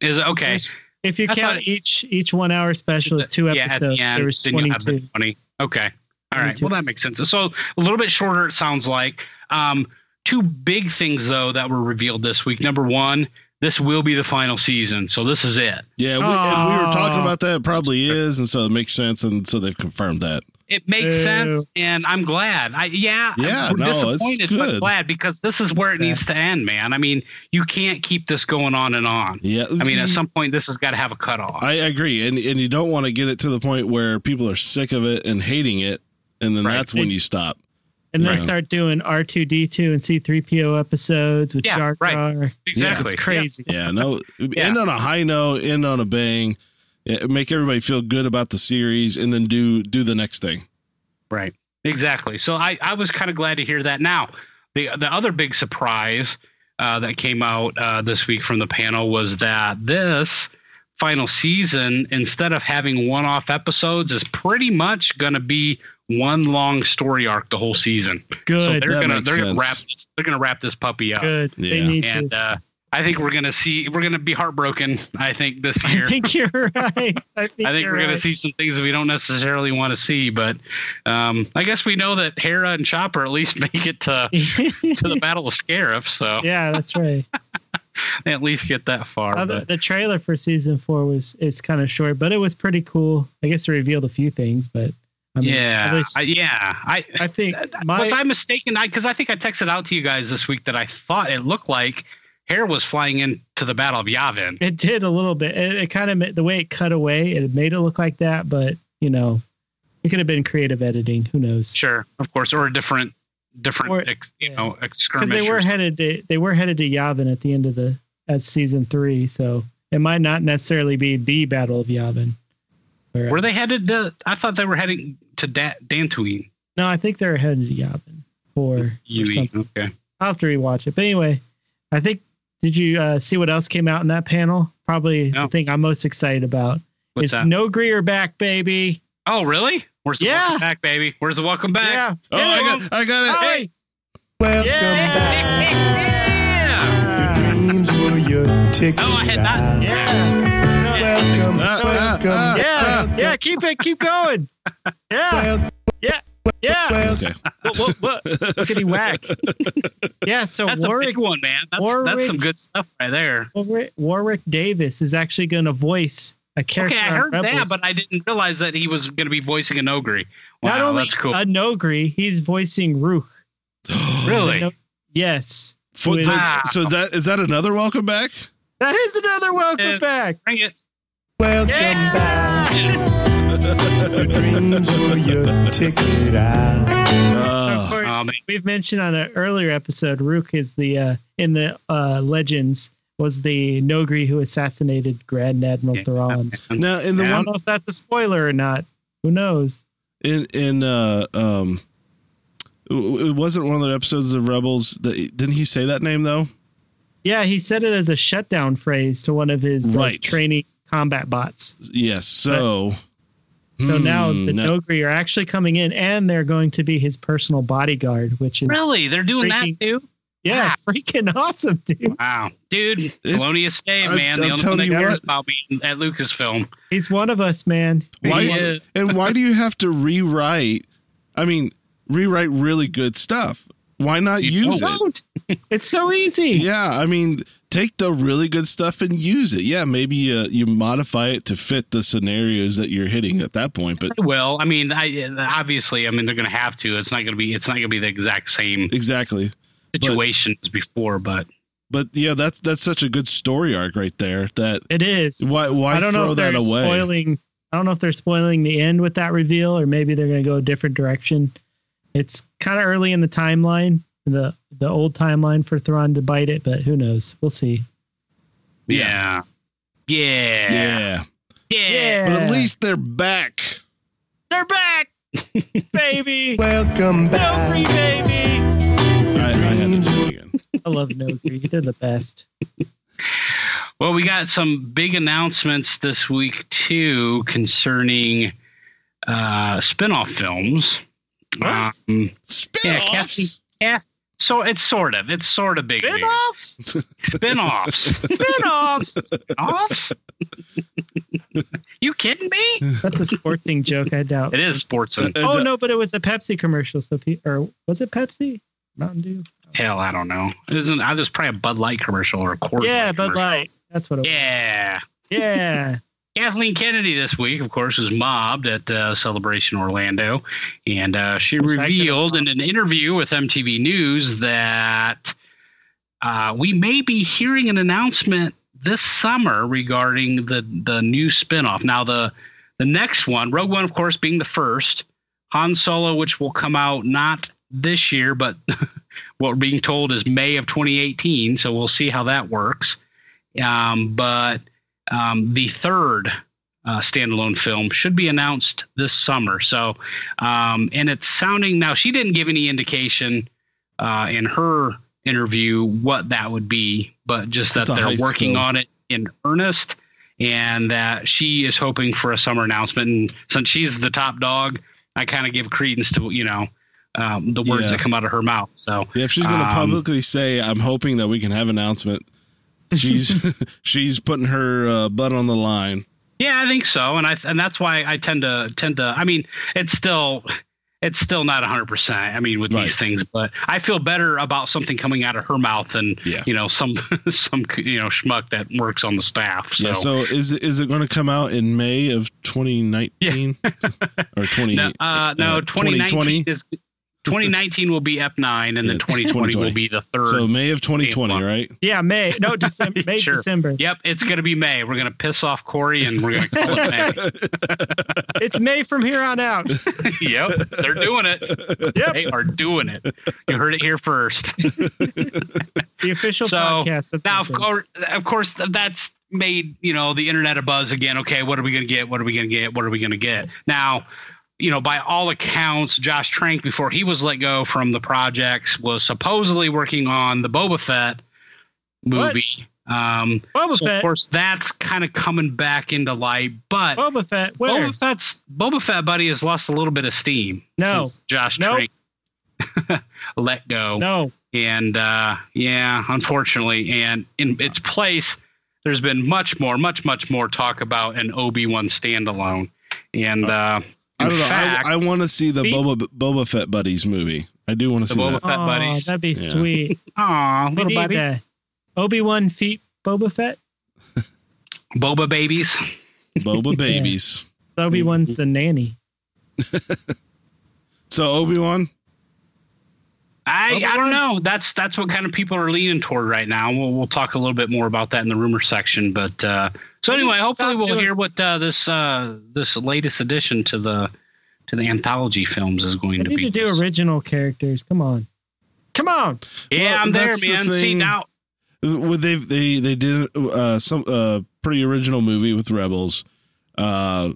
S4: is it okay?
S1: There's- If you
S4: I
S1: count
S4: thought-
S1: each each one hour special is two
S4: Yeah, at the
S1: episodes,
S4: end,
S1: there was
S4: then you'll have the
S1: 22.
S4: 20. Okay. All right.
S1: 22
S4: Well, that makes sense. So a little bit shorter, it sounds like. Um, two big things, though, that were revealed this week. Number one, this will be the final season. So this is it.
S3: Yeah, we, and we were talking
S1: Aw.
S3: about that. It probably is, and so it makes sense, and so they've confirmed that.
S4: It makes
S1: Boo.
S4: sense. And I'm glad. I, yeah.
S3: Yeah,
S4: I'm
S3: no, it's
S4: disappointed,
S3: good.
S4: but glad because this is where it
S1: Yeah.
S4: needs to end, man. I mean, you can't keep this going on and on.
S3: Yeah,
S4: I mean, at some point, this has got to have a cutoff.
S3: I agree, and and you don't want to get it to the point where people are sick of it and hating it, and then
S4: Right.
S3: that's when you stop.
S1: And they
S3: Right.
S1: start doing R2D2 and C3PO episodes with
S4: Yeah,
S1: Jar
S4: right.
S1: Jar.
S4: exactly.
S1: It's crazy.
S3: Yeah, no, end on a high note, end on a bang, Yeah, make everybody feel good about the series, and then do do the next thing.
S4: Right. Exactly. So I, I was kind of glad to hear that. Now, the the other big surprise uh, that came out uh, this week from the panel was that this final season, instead of having one off episodes, is pretty much going to be one long story arc the whole season. so
S1: Good.
S4: they're
S3: That
S4: gonna
S3: makes
S4: they're gonna wrap
S3: sense.
S4: this, they're gonna wrap this puppy up.
S1: good. They
S3: Yeah.
S1: need
S4: And
S1: to.
S4: uh, I think we're gonna see we're gonna be heartbroken. I think this year.
S1: I think you're right. I think,
S4: I think
S1: you're
S4: we're
S1: right.
S4: going to see some things that we don't necessarily want to see, but um, I guess we know that Hera and Chopper at least make it to, to the Battle of Scarif, so
S1: yeah, that's right.
S4: they at least get that far.
S1: Uh, the,
S4: but
S1: the trailer for season four was it's kind of short, but it was pretty cool. I guess it revealed a few things, but I mean,
S4: yeah,
S1: at least-
S4: I, yeah. I
S1: I think my
S4: was I mistaken? Because I, think I texted out to you guys this week that I thought it looked like Hera was flying into the Battle of Yavin.
S1: It did a little bit. It, it kind of the way it cut away, it made it look like that. But you know, it could have been creative editing. Who knows?
S4: Sure, of course, or a different, different,
S1: Or-
S4: ex, you
S1: yeah.
S4: know,
S1: Because they were
S4: skirmish.
S1: headed to they were headed to Yavin at the end of the at season three, so it might not necessarily be the Battle of Yavin. Or-
S4: Were they headed to? I thought they were heading to da- Dantooine.
S1: No, I think they're headed to Yavin for, for
S4: Yui,
S1: something.
S4: Okay.
S1: I'll have to rewatch it. But anyway, I think did you uh, see what else came out in that panel? Probably
S4: No.
S1: the thing I'm most excited about.
S4: What's
S1: it's
S4: that?
S1: no Greer back, baby.
S4: Oh, really? Where's the
S1: Yeah.
S4: welcome back, baby? Where's the welcome back?
S1: Yeah.
S3: Oh, I got, I got it.
S1: Hey.
S6: Welcome
S1: Yeah.
S4: Yeah.
S6: back. Your dreams were your ticket.
S4: No, I had not. Uh,
S6: ride.
S1: Yeah.
S6: Welcome,
S3: Ah, ah,
S6: welcome,
S3: ah.
S1: Yeah. Yeah. Keep it. Keep going. Yeah.
S6: welcome,
S1: Yeah.
S3: Okay,
S1: What, what, what? Lookity whack. Yeah. So
S4: That's a
S1: Warwick,
S4: big one, man. That's that's
S1: Warwick-
S4: some good stuff right there.
S1: Warwick Warwick Davis is actually going to voice a character.
S4: Okay, I
S1: on
S4: heard that,
S1: Rebels.
S4: but I didn't realize that he was going to be voicing an ogre. Wow,
S1: not only
S4: that's cool.
S1: a Nogri, he's voicing Rook.
S4: really?
S1: no- Yes.
S3: Fo-
S1: Wow.
S3: that- so is that is that another welcome back?
S1: That is another welcome
S4: Yeah.
S1: back.
S4: Bring it.
S6: welcome
S1: Yeah.
S6: back. Your dreams were your ticket. Ride.
S1: Of
S3: Uh,
S1: course,
S4: Oh, man.
S1: we've mentioned on an earlier episode, Rook is the uh, in the uh, legends was the Nogri who assassinated Grand Admiral
S4: Yeah.
S1: Thrawn.
S3: now in the
S1: I
S4: Yeah.
S1: don't know if that's a spoiler or not. Who knows?
S3: in in uh um w- it wasn't one of the episodes of Rebels. That, didn't he say that name though?
S1: Yeah, he said it as a shutdown phrase to one of his like,
S3: Right.
S1: training combat bots.
S3: Yes. So.
S1: So now
S3: Hmm,
S1: the
S3: that-
S1: Dogri are actually coming in, and they're going to be his personal bodyguard, which is
S4: Really? They're doing
S1: Freaking-
S4: that too?
S1: yeah, freaking awesome, dude.
S4: Wow. Dude, Colonius State,
S3: I'm-
S4: man.
S3: I'm
S4: the only one
S3: telling
S4: that
S3: you
S4: cares
S3: what.
S4: about being at Lucasfilm.
S1: He's one of us, man.
S3: Why?
S4: Yeah.
S3: and why do you have to rewrite? I mean, rewrite really good stuff. Why not
S4: You
S3: use it?
S1: Don't. It's so easy.
S3: Yeah, I mean, take the really good stuff and use it. Yeah, maybe uh, you modify it to fit the scenarios that you're hitting at that point, but
S4: Well, I mean, I obviously, I mean, they're going to have to. It's not going to be. It's not going to be the exact same
S3: exactly.
S4: situation as before. But
S3: But yeah, that's that's such a good story arc right there. That
S1: It is.
S3: why why
S1: I don't know
S3: throw
S1: if
S3: that
S1: they're
S3: away?
S1: spoiling. I don't know if they're spoiling the end with that reveal, or maybe they're going to go a different direction. It's kind of early in the timeline, the the old timeline for Thrawn to bite it, but who knows? We'll see.
S4: yeah, yeah,
S3: Yeah.
S4: yeah.
S3: But
S1: Yeah.
S3: at least they're back.
S1: They're back, baby.
S6: Welcome
S1: Nogri,
S6: back.
S1: baby.
S3: I, I had to do it again.
S1: I love Nogri. They're the best.
S4: Well, we got some big announcements this week too concerning uh, spinoff films.
S5: What?
S4: Um, Kathy-
S3: Spinoffs.
S4: so it's sort of it's sort of big news.
S1: Spinoffs,
S4: spinoffs.
S1: spinoffs.
S4: Offs? you kidding me?
S1: That's a sporting joke, I doubt.
S4: It is Sportson.
S3: uh,
S1: Oh no, but it was a Pepsi commercial. So, pe- or was it Pepsi? Mountain Dew.
S4: Hell, I don't know. It isn't. I was probably a Bud Light commercial or a Coors.
S1: Yeah,
S4: Light
S1: Bud
S4: commercial.
S1: Light. That's what it was.
S4: Yeah.
S1: Yeah.
S4: Kathleen Kennedy this week, of course, was mobbed at uh, Celebration Orlando, and uh, she
S1: Wish I could've
S4: revealed in an interview with MTV News that uh, we may be hearing an announcement this summer regarding the the new spinoff. Now the the next one, Rogue One, of course, being the first, Han Solo, which will come out not this year, but what we're being told is May of 2018. So we'll see how that works. Um, but um, the third uh, standalone film should be announced this summer. So, um, and it's sounding now, she didn't give any indication uh, in her interview what that would be, but just that
S3: It's a
S4: they're
S3: heist
S4: working
S3: film.
S4: on it in earnest and that she is hoping for a summer announcement. And since she's the top dog, I kind of give credence to, you know, um, the words
S3: Yeah.
S4: that come out of her mouth. So,
S3: Yeah, if she's going to
S4: Um,
S3: publicly say, "I'm hoping that we can have an announcement," she's she's putting her uh, butt on the line.
S4: Yeah, I think so, and I and that's why I tend to tend to. I mean, it's still it's still not hundred percent. I mean, with
S3: Right.
S4: these things, but I feel better about something coming out of her mouth than
S3: Yeah.
S4: you know some some you know schmuck that works on the staff. So,
S3: Yeah. So is it- is it going to come out in May of 2019 or 20?
S4: no, uh, no,
S3: uh, 2020?
S4: twenty nineteen is twenty nineteen will be F nine, and
S3: Yeah,
S4: then twenty twenty
S3: 2020.
S4: will be the third.
S3: so May of 2020,
S4: Game one.
S3: right?
S1: Yeah, May. No, December. May,
S4: Sure.
S1: December.
S4: Yep, it's gonna be May. We're gonna piss off Corey, and we're gonna call it May.
S1: It's May from here on out.
S4: yep, they're doing it. They are doing it. You heard it here first.
S1: The official
S4: So,
S1: podcast. Of
S4: Now, of
S1: Dungeon.
S4: course, of course, th- that's made you know the internet a buzz again. Okay, what are we gonna get? What are we gonna get? What are we gonna get? Now, you know, by all accounts, Josh Trank, before he was let go from the projects, was supposedly working on the Boba Fett
S1: What?
S4: movie. Um,
S1: Boba
S4: so of
S1: Fett.
S4: course, that's kind of coming back into light, but.
S1: Boba Fett. Oh, Where?
S4: Boba Fett's Boba Fett buddy has lost a little bit of steam.
S1: No.
S4: since Josh
S1: Nope.
S4: Trank let go
S1: No.
S4: and uh, yeah, unfortunately, and in its place, there's been much more, much, much more talk about an Obi Wan standalone, and uh,
S3: I
S4: in
S3: don't know.
S4: fact,
S3: I, I want to see the
S1: Be-
S3: Boba Boba Fett buddies movie. I do want to
S4: The
S3: see
S4: Boba
S3: that.
S4: Fett
S1: Aw,
S4: buddies.
S1: That'd be
S3: Yeah.
S1: sweet.
S4: aw,
S1: We
S4: little
S1: need
S4: buddy,
S1: that. Obi Wan feet Boba Fett.
S4: Boba babies.
S3: Boba babies.
S1: Obi
S4: Mm-hmm.
S1: Wan's the nanny.
S3: So Obi Wan.
S4: I, I
S1: Obi-Wan?
S4: don't know. That's that's what kind of people are leaning toward right now. We'll we'll talk a little bit more about that in the rumor section. But uh, so anyway, hopefully
S1: Stop
S4: we'll
S1: doing-
S4: hear what uh, this uh, this latest addition to the to the anthology films is going
S1: We
S4: to be.
S1: need to do original characters. Come on. Come on.
S4: yeah,
S3: Well,
S4: I'm there,
S3: that's the
S4: man. See
S3: thing.
S4: now,
S3: Well, they they they did uh, some uh, pretty original movie with Rebels. Uh,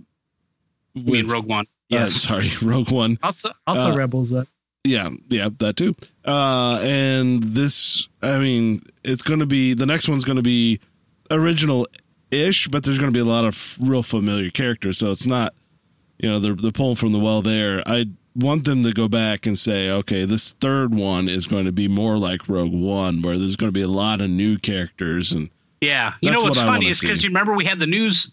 S4: we
S3: with
S4: Rogue One.
S3: uh, sorry, Rogue One.
S1: Also, also
S3: Uh,
S1: Rebels up.
S3: yeah, yeah, that too. Uh, and this, I mean, it's going to be the next one's going to be original ish, but there's going to be a lot of f- real familiar characters. So it's not, you know, they're, they're pulling from the well there. I want them to go back and say, okay, this third one is going to be more like Rogue One, where there's going to be a lot of new characters. And
S4: Yeah, you
S3: That's
S4: know what's
S3: what I
S4: funny
S3: wanna
S4: is because
S3: see.
S4: you remember we had the news,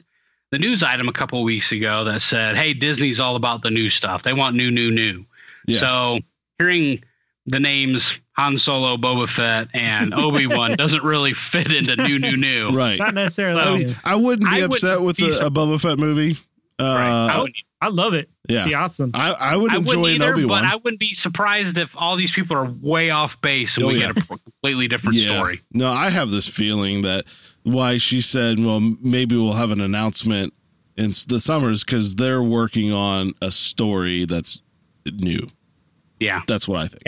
S4: the news item a couple weeks ago that said, "Hey, Disney's all about the new stuff. They want new, new, new."
S3: Yeah.
S4: So hearing the names Han Solo, Boba Fett, and Obi Wan doesn't really fit into new, new, new.
S3: right.
S1: Not
S4: Oh. Well,
S1: necessarily. new.
S3: I wouldn't be
S4: I wouldn't
S3: upset with
S4: be
S3: a, a Boba Fett movie. Uh,
S4: I, would,
S1: I love it.
S3: yeah.
S1: It'd be awesome.
S4: Uh,
S3: I, I would
S4: I
S3: enjoy
S4: wouldn't
S3: an
S4: either,
S3: Obi
S4: but
S3: Wan.
S4: I wouldn't be surprised if all these people are way off base and
S3: Oh,
S4: we
S3: yeah.
S4: get a completely different story.
S3: No, I have this feeling that why she said, well, m- maybe we'll have an announcement in s- the summers because they're working on a story that's new.
S4: Yeah,
S3: That's what I think.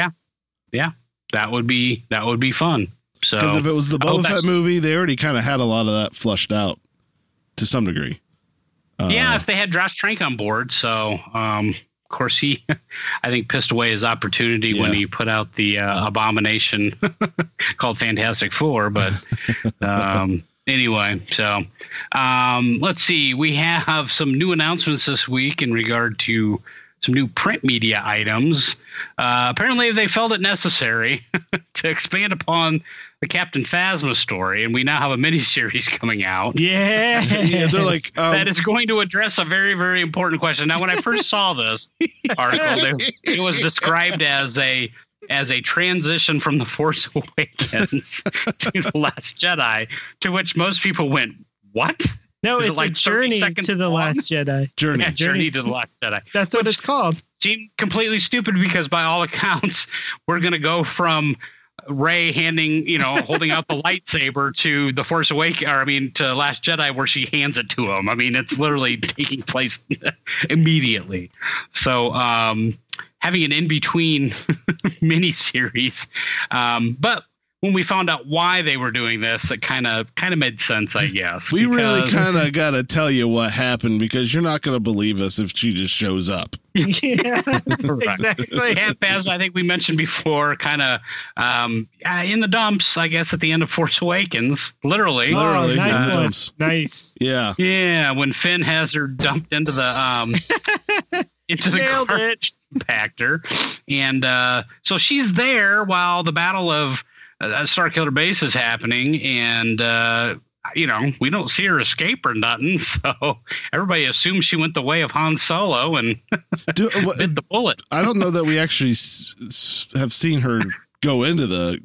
S4: Yeah. that would be that would be fun. So
S3: Because if it was the
S4: I hope
S3: Boba Fett
S4: that's-
S3: movie, they already kind of had a lot of that flushed out to some degree. Uh,
S4: yeah, if they had Josh Trank on board, so um, of course he, I think, pissed away his opportunity when
S3: Yeah.
S4: he put out the uh, abomination called Fantastic Four. But um, anyway, so um, let's see. We have some new announcements this week in regard to some new print media items. Uh, apparently, they felt it necessary to expand upon the Captain Phasma story, and we now have a miniseries coming out
S1: yeah.
S3: yeah, they're like, um,
S4: that is going to address a very, very important question. Now, when I first saw this article, they, it was described as a as a transition from the Force Awakens to the Last Jedi, to which most people went, "What
S1: no,
S4: Is it
S1: it's
S4: like
S1: a
S4: 30
S1: journey
S4: seconds
S1: to the
S4: long?
S1: Last Jedi.
S3: Journey.
S4: Yeah, journey to the Last Jedi?"
S1: That's what
S4: Which-
S1: it's called.
S4: seemed completely stupid because by all accounts we're going to go from Ray handing, you know, holding out the lightsaber to the Force Awake, or I mean, to Last Jedi, where she hands it to him. I mean, it's literally taking place immediately. So, um, having an in between miniseries, um, but when we found out why they were doing this, it kind of kind of made sense, I guess.
S3: We really
S4: because-
S3: kind of got to tell you what happened because you're not going to believe us if she just shows up.
S1: yeah.
S4: Right.
S1: Exactly.
S4: They had Phasma, I think we mentioned before, kind of um, uh, in the dumps, I guess, at the end of Force Awakens, literally.
S1: Oh,
S3: Literally,
S1: nice
S3: in the
S1: one.
S3: dumps.
S1: Nice.
S3: Yeah.
S4: Yeah, when Finn has her dumped into the um, into the
S1: Nailed
S4: garbage
S1: it.
S4: compactor, and uh, so she's there while the battle of uh, Starkiller Base is happening, and uh, you know we don't see her escape or nothing, so everybody assumes she went the way of Han Solo and
S3: Do, what,
S4: bit the bullet.
S3: I don't know that we actually s- s- have seen her go into the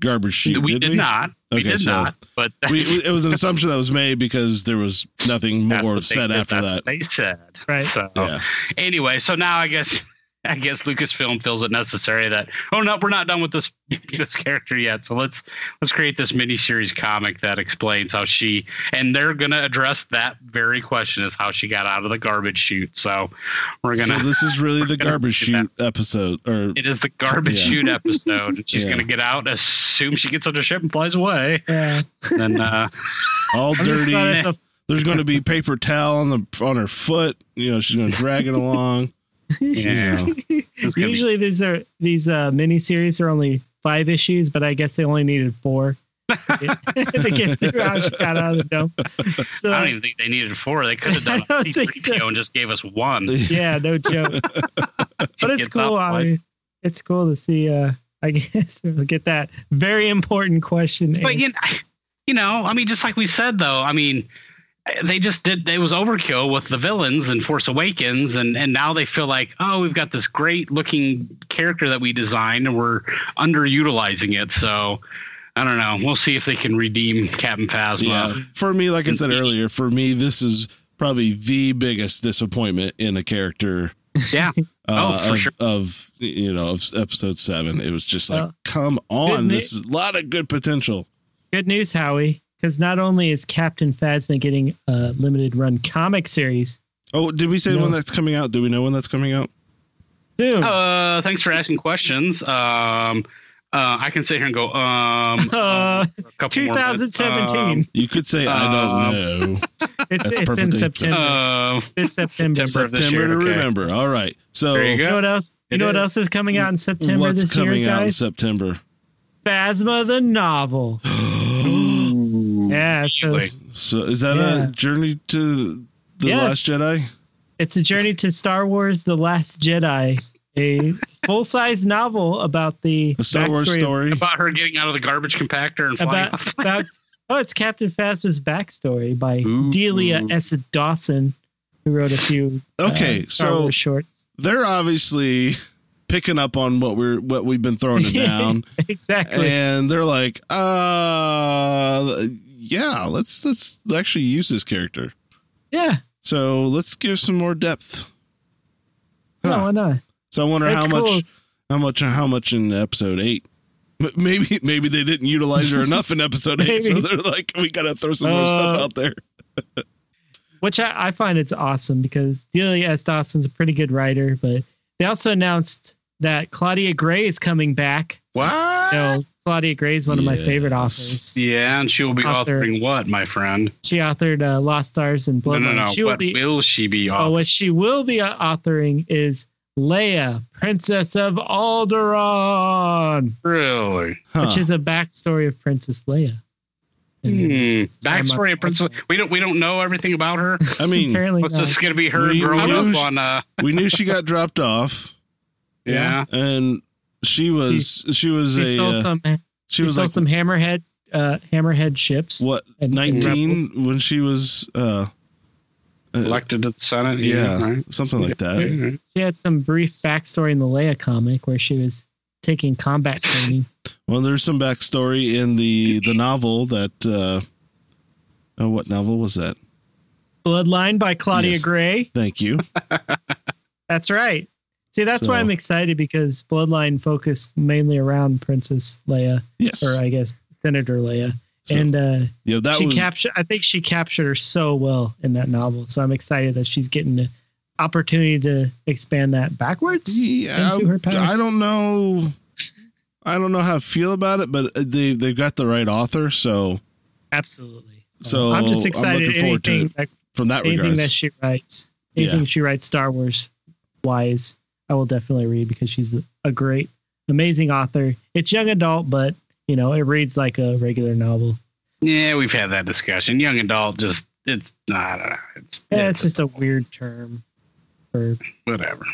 S3: garbage chute.
S4: we
S3: did
S4: did
S3: we?
S4: not.
S3: Okay,
S4: we did
S3: so
S4: not. But
S3: We, it was an assumption that was made because there was nothing
S4: That's
S3: more
S4: what they-
S3: said
S4: that's
S3: after
S4: what
S3: that.
S4: They said.
S1: Right.
S4: So
S3: Yeah.
S4: anyway, so now I guess I guess Lucasfilm feels it necessary that oh no, we're not done with this this character yet. So let's let's create this miniseries comic that explains how she and they're gonna address that very question is how she got out of the garbage chute. So we're gonna
S3: so this is really the
S4: gonna
S3: garbage
S4: do that.
S3: chute episode, or
S4: it is the garbage
S3: Yeah.
S4: chute episode. She's
S3: Yeah.
S4: gonna get out, assume she gets on the ship and flies away.
S1: Yeah.
S4: Then uh
S3: all
S1: I'm just
S3: dirty.
S1: glad it's a
S3: There's going to be paper towel on the on her foot. You know, she's going to drag it along.
S4: yeah. It's gonna be-
S1: Usually these are these uh miniseries are only five issues, but I guess they only needed four to get, to get through how she got out of the dome. So
S4: I don't even think they needed four. They could have done
S1: I
S4: a
S1: don't think
S4: secret
S1: so.
S4: video and just gave us one.
S1: yeah, no joke. but it's
S4: gets up,
S1: cool. I
S4: like-
S1: mean, it's cool to see. uh I guess we'll get that very important question.
S4: But you
S1: answered.
S4: know, you know, I mean, just like we said, though, I mean, they just did. It was overkill with the villains and Force Awakens, and and now they feel like, oh, we've got this great looking character that we designed, and we're underutilizing it. So I don't know. We'll see if they can redeem Captain Phasma.
S3: Yeah. For me, like I said earlier, for me, this is probably the biggest disappointment in a character.
S4: Yeah.
S3: Uh,
S4: Oh, for
S3: of,
S4: sure.
S3: of you know of episode seven, it was just like,
S1: Well,
S3: come on,
S1: didn't it-
S3: this is a lot of good potential.
S1: Good news, Howie, because not only is Captain Phasma getting a limited run comic series
S3: Oh, did we say
S1: No.
S3: when that's coming out? Do we know when that's coming out?
S1: soon. uh,
S4: Uh, thanks for asking questions. Um, Uh, I can sit here and go, um,
S1: Uh,
S4: a couple more minutes.
S1: 2017.
S3: You could say I don't know.
S1: it's
S3: that's
S1: it's in
S3: perfectly-
S4: Um,
S1: September.
S4: uh,
S1: it's September.
S4: September of this
S3: September
S4: year,
S3: to
S4: okay.
S3: remember. All right. So
S4: there you
S1: You know
S4: go.
S1: what else? You know what else is coming out in September
S3: what's
S1: this
S3: coming
S1: year,
S3: out in
S1: guys?
S3: September?
S1: Phasma the novel. yeah, so
S4: Wait.
S3: So is that
S1: Yeah.
S3: a journey to the
S1: Yes.
S3: Last Jedi?
S1: it's a journey to Star Wars: The Last Jedi, a full-size novel about the
S3: A Star Wars
S1: backstory of-
S3: story.
S4: About her getting out of the garbage compactor and flying
S1: about
S4: off.
S1: about oh, it's Captain Phasma's backstory by
S4: Ooh.
S1: Delia S. Dawson, who wrote a few uh,
S3: Okay,
S1: Star
S3: so
S1: Wars shorts.
S3: they're obviously picking up on what we're what we've been throwing it down,
S1: exactly.
S3: and they're like, uh, yeah, let's let's actually use this character.
S1: yeah,
S3: So let's give some more depth.
S1: no,
S3: Huh.
S1: why not?
S3: So I wonder
S1: That's
S3: how
S1: cool.
S3: much, how much, how much in episode eight. M- Maybe maybe they didn't utilize her enough in episode eight, so
S1: Maybe.
S3: they're like, we gotta throw some more stuff
S1: Uh,
S3: out there.
S1: which I, I find it's awesome because Delia S. Dawson's a pretty good writer, but they also announced that Claudia Gray is coming back.
S4: What?
S1: You know, Claudia Gray is one of my favorite
S3: Yes.
S1: authors.
S4: Ah. Yeah, and she will be
S1: Author.
S4: authoring what, my friend?
S1: She authored uh, Lost Stars and
S4: No,
S1: Bloodline.
S4: no, no.
S1: She will
S4: what
S1: be.
S4: will she be
S1: Oh,
S4: on?
S1: what she will be uh, authoring is Leia, Princess of Alderaan,
S4: really?
S3: Huh.
S1: which is a backstory of Princess Leia. And
S4: Hmm.
S1: I'm a-
S4: Backstory of Princess. We don't. We don't know everything about her.
S3: I mean,
S1: apparently,
S4: What's
S1: not.
S4: this going to be? Her
S3: We-
S4: growing
S3: we
S4: up
S3: used-
S4: on. Uh,
S3: we knew she got dropped off,
S4: yeah.
S3: and she was she was
S1: she
S3: a
S1: sold
S3: uh,
S1: some. She,
S3: she was
S1: sold
S3: like
S1: some hammerhead, uh, hammerhead ships.
S3: what
S1: and- and
S3: nineteen
S1: Rebels.
S3: when she was uh, uh
S4: Elected to the Senate.
S3: yeah, Uh,
S4: right.
S3: something like that.
S4: Mhm.
S1: She had some brief backstory in the Leia comic where she was taking combat training.
S3: Well, there's some backstory in the the novel that uh, oh, what novel was that?
S1: Bloodline by Claudia
S3: Yes.
S1: Gray.
S3: Thank you.
S1: That's right. See, that's why
S3: So-
S1: I'm excited because Bloodline focused mainly around Princess Leia,
S3: Yes,
S1: or I guess Senator Leia.
S3: So,
S1: and uh,
S3: yeah, that
S1: she
S3: was
S1: captured, I think she captured her so well in that novel. So I'm excited that she's getting the opportunity to expand that backwards.
S3: Yeah,
S1: into her
S3: I,
S1: powers.
S3: I don't know. I don't know how I feel about it, but uh, they they've got the right author, so
S1: Absolutely.
S3: So,
S1: I'm just
S3: I'm
S1: excited.
S3: looking forward to
S1: anything
S3: it.
S1: that
S3: from that
S1: anything
S3: regard,
S1: that she writes,
S3: Yeah.
S1: anything she writes Star Wars wise, I will definitely read because she's a great, amazing author. It's young adult, but you know, it reads like a regular novel.
S4: Yeah, we've had that discussion. Young adult, just it's. I don't know. It's.
S1: Yeah, it's just a weird term for
S4: whatever.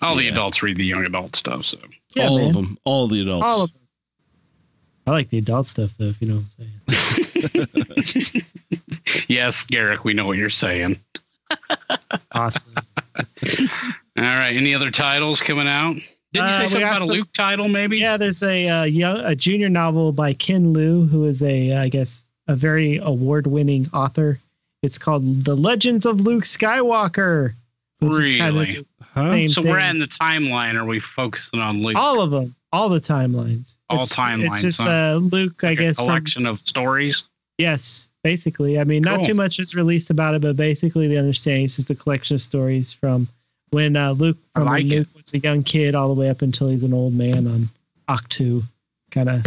S4: All
S3: Yeah.
S4: the adults read the young adult stuff, so
S1: yeah,
S3: all
S1: man.
S3: of them, all the adults.
S1: All of them. I like the adult stuff though, if you know what I'm saying.
S4: yes, Garrick, we know what you're saying.
S1: Awesome.
S4: All right, any other titles coming out? Did you
S1: Uh,
S4: say
S1: we
S4: something
S1: got
S4: about a
S1: some-
S4: Luke title, maybe?
S1: yeah, there's a uh, young, a junior novel by Ken Liu, who is a uh, I guess a very award-winning author. It's called The Legends of Luke Skywalker. which is kind of
S4: Really?
S1: the
S3: Huh?
S1: same
S4: So we're
S1: thing.
S4: in the timeline. Are we focusing on Luke?
S1: all of them, all the timelines,
S4: All
S1: It's-
S4: timelines,
S1: It's just
S4: huh?
S1: uh, Luke, I
S4: Like a
S1: guess. From,
S4: collection of stories.
S1: yes, basically. I mean, not
S4: Cool.
S1: too much is released about it, but basically, the understanding is just a collection of stories from when uh, Luke,
S4: I
S1: from
S4: like
S1: when Luke was a young kid, all the way up until he's an old man on Octu. Kind of,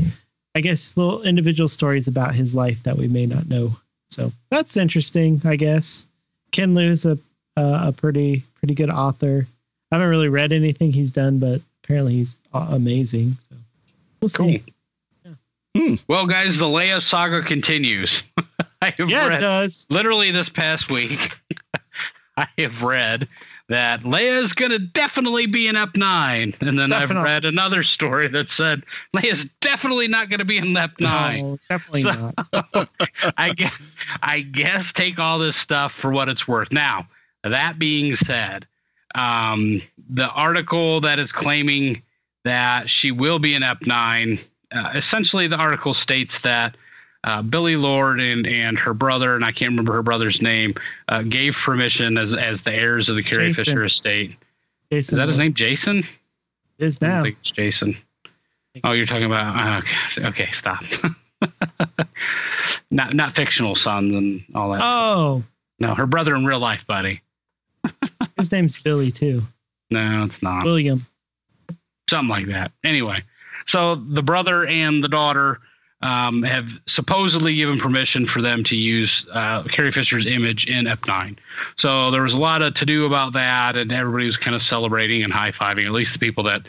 S1: I guess, little individual stories about his life that we may not know. So that's interesting, I guess. Ken Liu's a uh, a pretty pretty good author. I haven't really read anything he's done, but apparently he's a- amazing. So we'll see.
S4: Well, guys, the Leia saga continues. I have
S1: Yeah, it
S4: read
S1: does.
S4: literally this past week. I have read that Leia's gonna definitely be in Ep Nine, and then
S1: Definitely.
S4: I've read another story that said Leia's definitely not gonna be in Ep Nine.
S1: No, definitely
S4: So-
S1: not.
S4: I guess, I guess take all this stuff for what it's worth. Now, that being said, um, the article that is claiming that she will be an EP9, uh, essentially the article states that uh, Billy Lord and, and her brother, and I can't remember her brother's name, uh, gave permission as, as the heirs of the Carrie
S1: Jason.
S4: Fisher estate.
S1: Jason,
S4: Is that his name, Jason?
S1: It is
S4: I don't
S1: now.
S4: think it's Jason. Oh, you're talking about okay. Okay, stop. not not fictional sons and all that.
S1: Oh,
S4: no, her brother in real life, buddy.
S1: his name's Billy too.
S4: No, it's not.
S1: William.
S4: Something like that. Anyway, So the brother and the daughter um, have supposedly given permission for them to use uh, Carrie Fisher's image in Ep9. So there was a lot of to do about that, and everybody was kind of celebrating and high fiving, at least the people that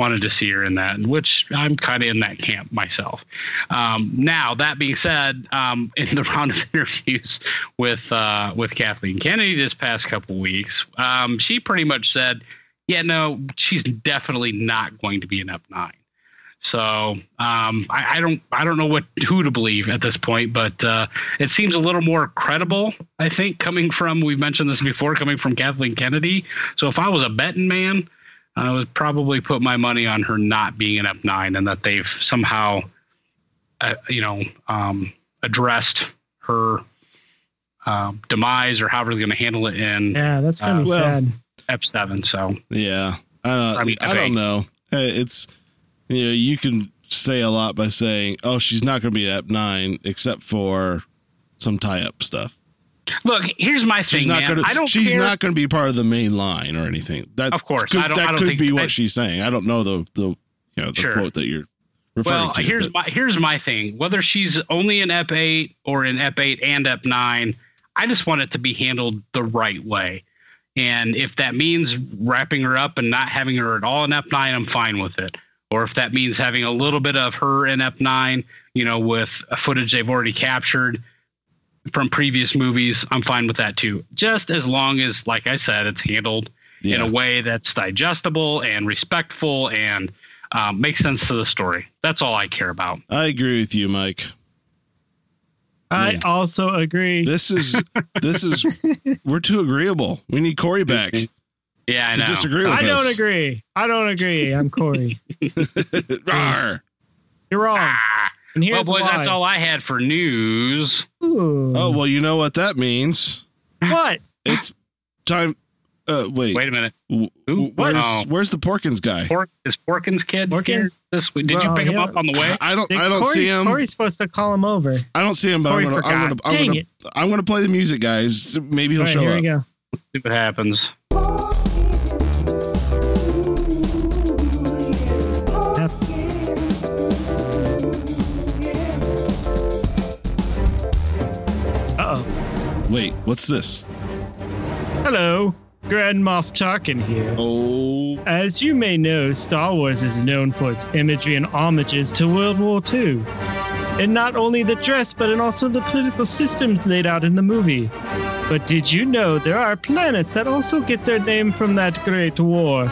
S4: wanted to see her in that, which I'm kind of in that camp myself. Um, now, that being said, um, in the round of interviews with uh, with Kathleen Kennedy this past couple weeks, um, she pretty much said, "Yeah, no, she's definitely not going to be an up nine. So um, I, I don't I don't know what who to believe at this point, but uh, it seems a little more credible. I think coming from we've mentioned this before, coming from Kathleen Kennedy. So if I was a betting man, I would probably put my money on her not being an up nine and that they've somehow, uh, you know, um, addressed her um, demise or however they're going to handle it in
S1: Yeah, that's gonna be
S3: Uh, well,
S1: sad.
S4: Ep seven. So
S3: Yeah, I don't. I,
S4: I mean,
S3: don't
S4: debate.
S3: know. Hey, It's you know you can say a lot by saying, "Oh, she's not going to be at nine, except for some tie-up stuff.
S4: look, here's my thing,
S3: She's not
S4: man.
S3: going
S4: I
S3: to.
S4: don't
S3: She's
S4: care.
S3: not going to be part of the main line or anything. That
S4: Of course,
S3: could,
S4: I don't-
S3: that
S4: I don't
S3: could
S4: think-
S3: be what
S4: I-
S3: she's saying. I don't know the the you know the
S4: Sure.
S3: quote that you're referring
S4: Well,
S3: to.
S4: here's
S3: but-
S4: my here's my thing. Whether she's only in Ep eight or in Ep eight and Ep nine, I just want it to be handled the right way. And if that means wrapping her up and not having her at all in Ep nine, I'm fine with it. Or if that means having a little bit of her in Ep nine, you know, with footage they've already captured from previous movies, I'm fine with that too. Just as long as, like I said, it's handled in
S3: yeah.
S4: a way that's digestible and respectful and um, makes sense to the story. That's all I care about.
S3: I agree with you, Mike.
S1: I
S3: yeah.
S1: also agree.
S3: This is this is we're too agreeable. We need Corey back to
S4: Yeah, I know.
S3: disagree with
S1: I don't
S3: us.
S1: agree. I don't agree. I'm Corey.
S3: agree. Rawr.
S1: You're
S3: Oh,
S1: wrong.
S4: Ah,
S1: And
S4: well,
S1: here's
S4: boys,
S1: why.
S4: that's all I had for news.
S1: Ooh.
S3: Oh well, you know what that means.
S1: What?
S3: It's time. Uh, wait.
S4: Wait a minute,
S3: W-
S4: Who?
S3: w- Where's,
S4: Oh.
S3: where's the Porkins guy?
S4: Pork, is Porkins kid here
S1: Porkins?
S4: this week? Did
S3: Well,
S4: you pick him
S1: yeah.
S4: up on the way?
S3: I don't.
S1: Did-
S3: I don't
S1: Corey's,
S3: see him.
S1: Corey's supposed to call him over.
S3: I don't see him. But
S4: Corey
S3: I'm gonna. I'm gonna.
S4: forgot.
S3: I'm
S1: Dang
S3: gonna,
S1: it.
S3: I'm gonna play the music, guys. Maybe he'll
S1: All right,
S3: show
S1: here
S3: up.
S1: we go.
S4: See what happens.
S1: Uh oh.
S3: Wait. What's this?
S1: Hello, Grand Moff Tarkin here.
S3: Oh.
S1: As you may know, Star Wars is known for its imagery and homages to World War II. In not only the dress, but in also the political systems laid out in the movie. But did you know there are planets that also get their name from that great war?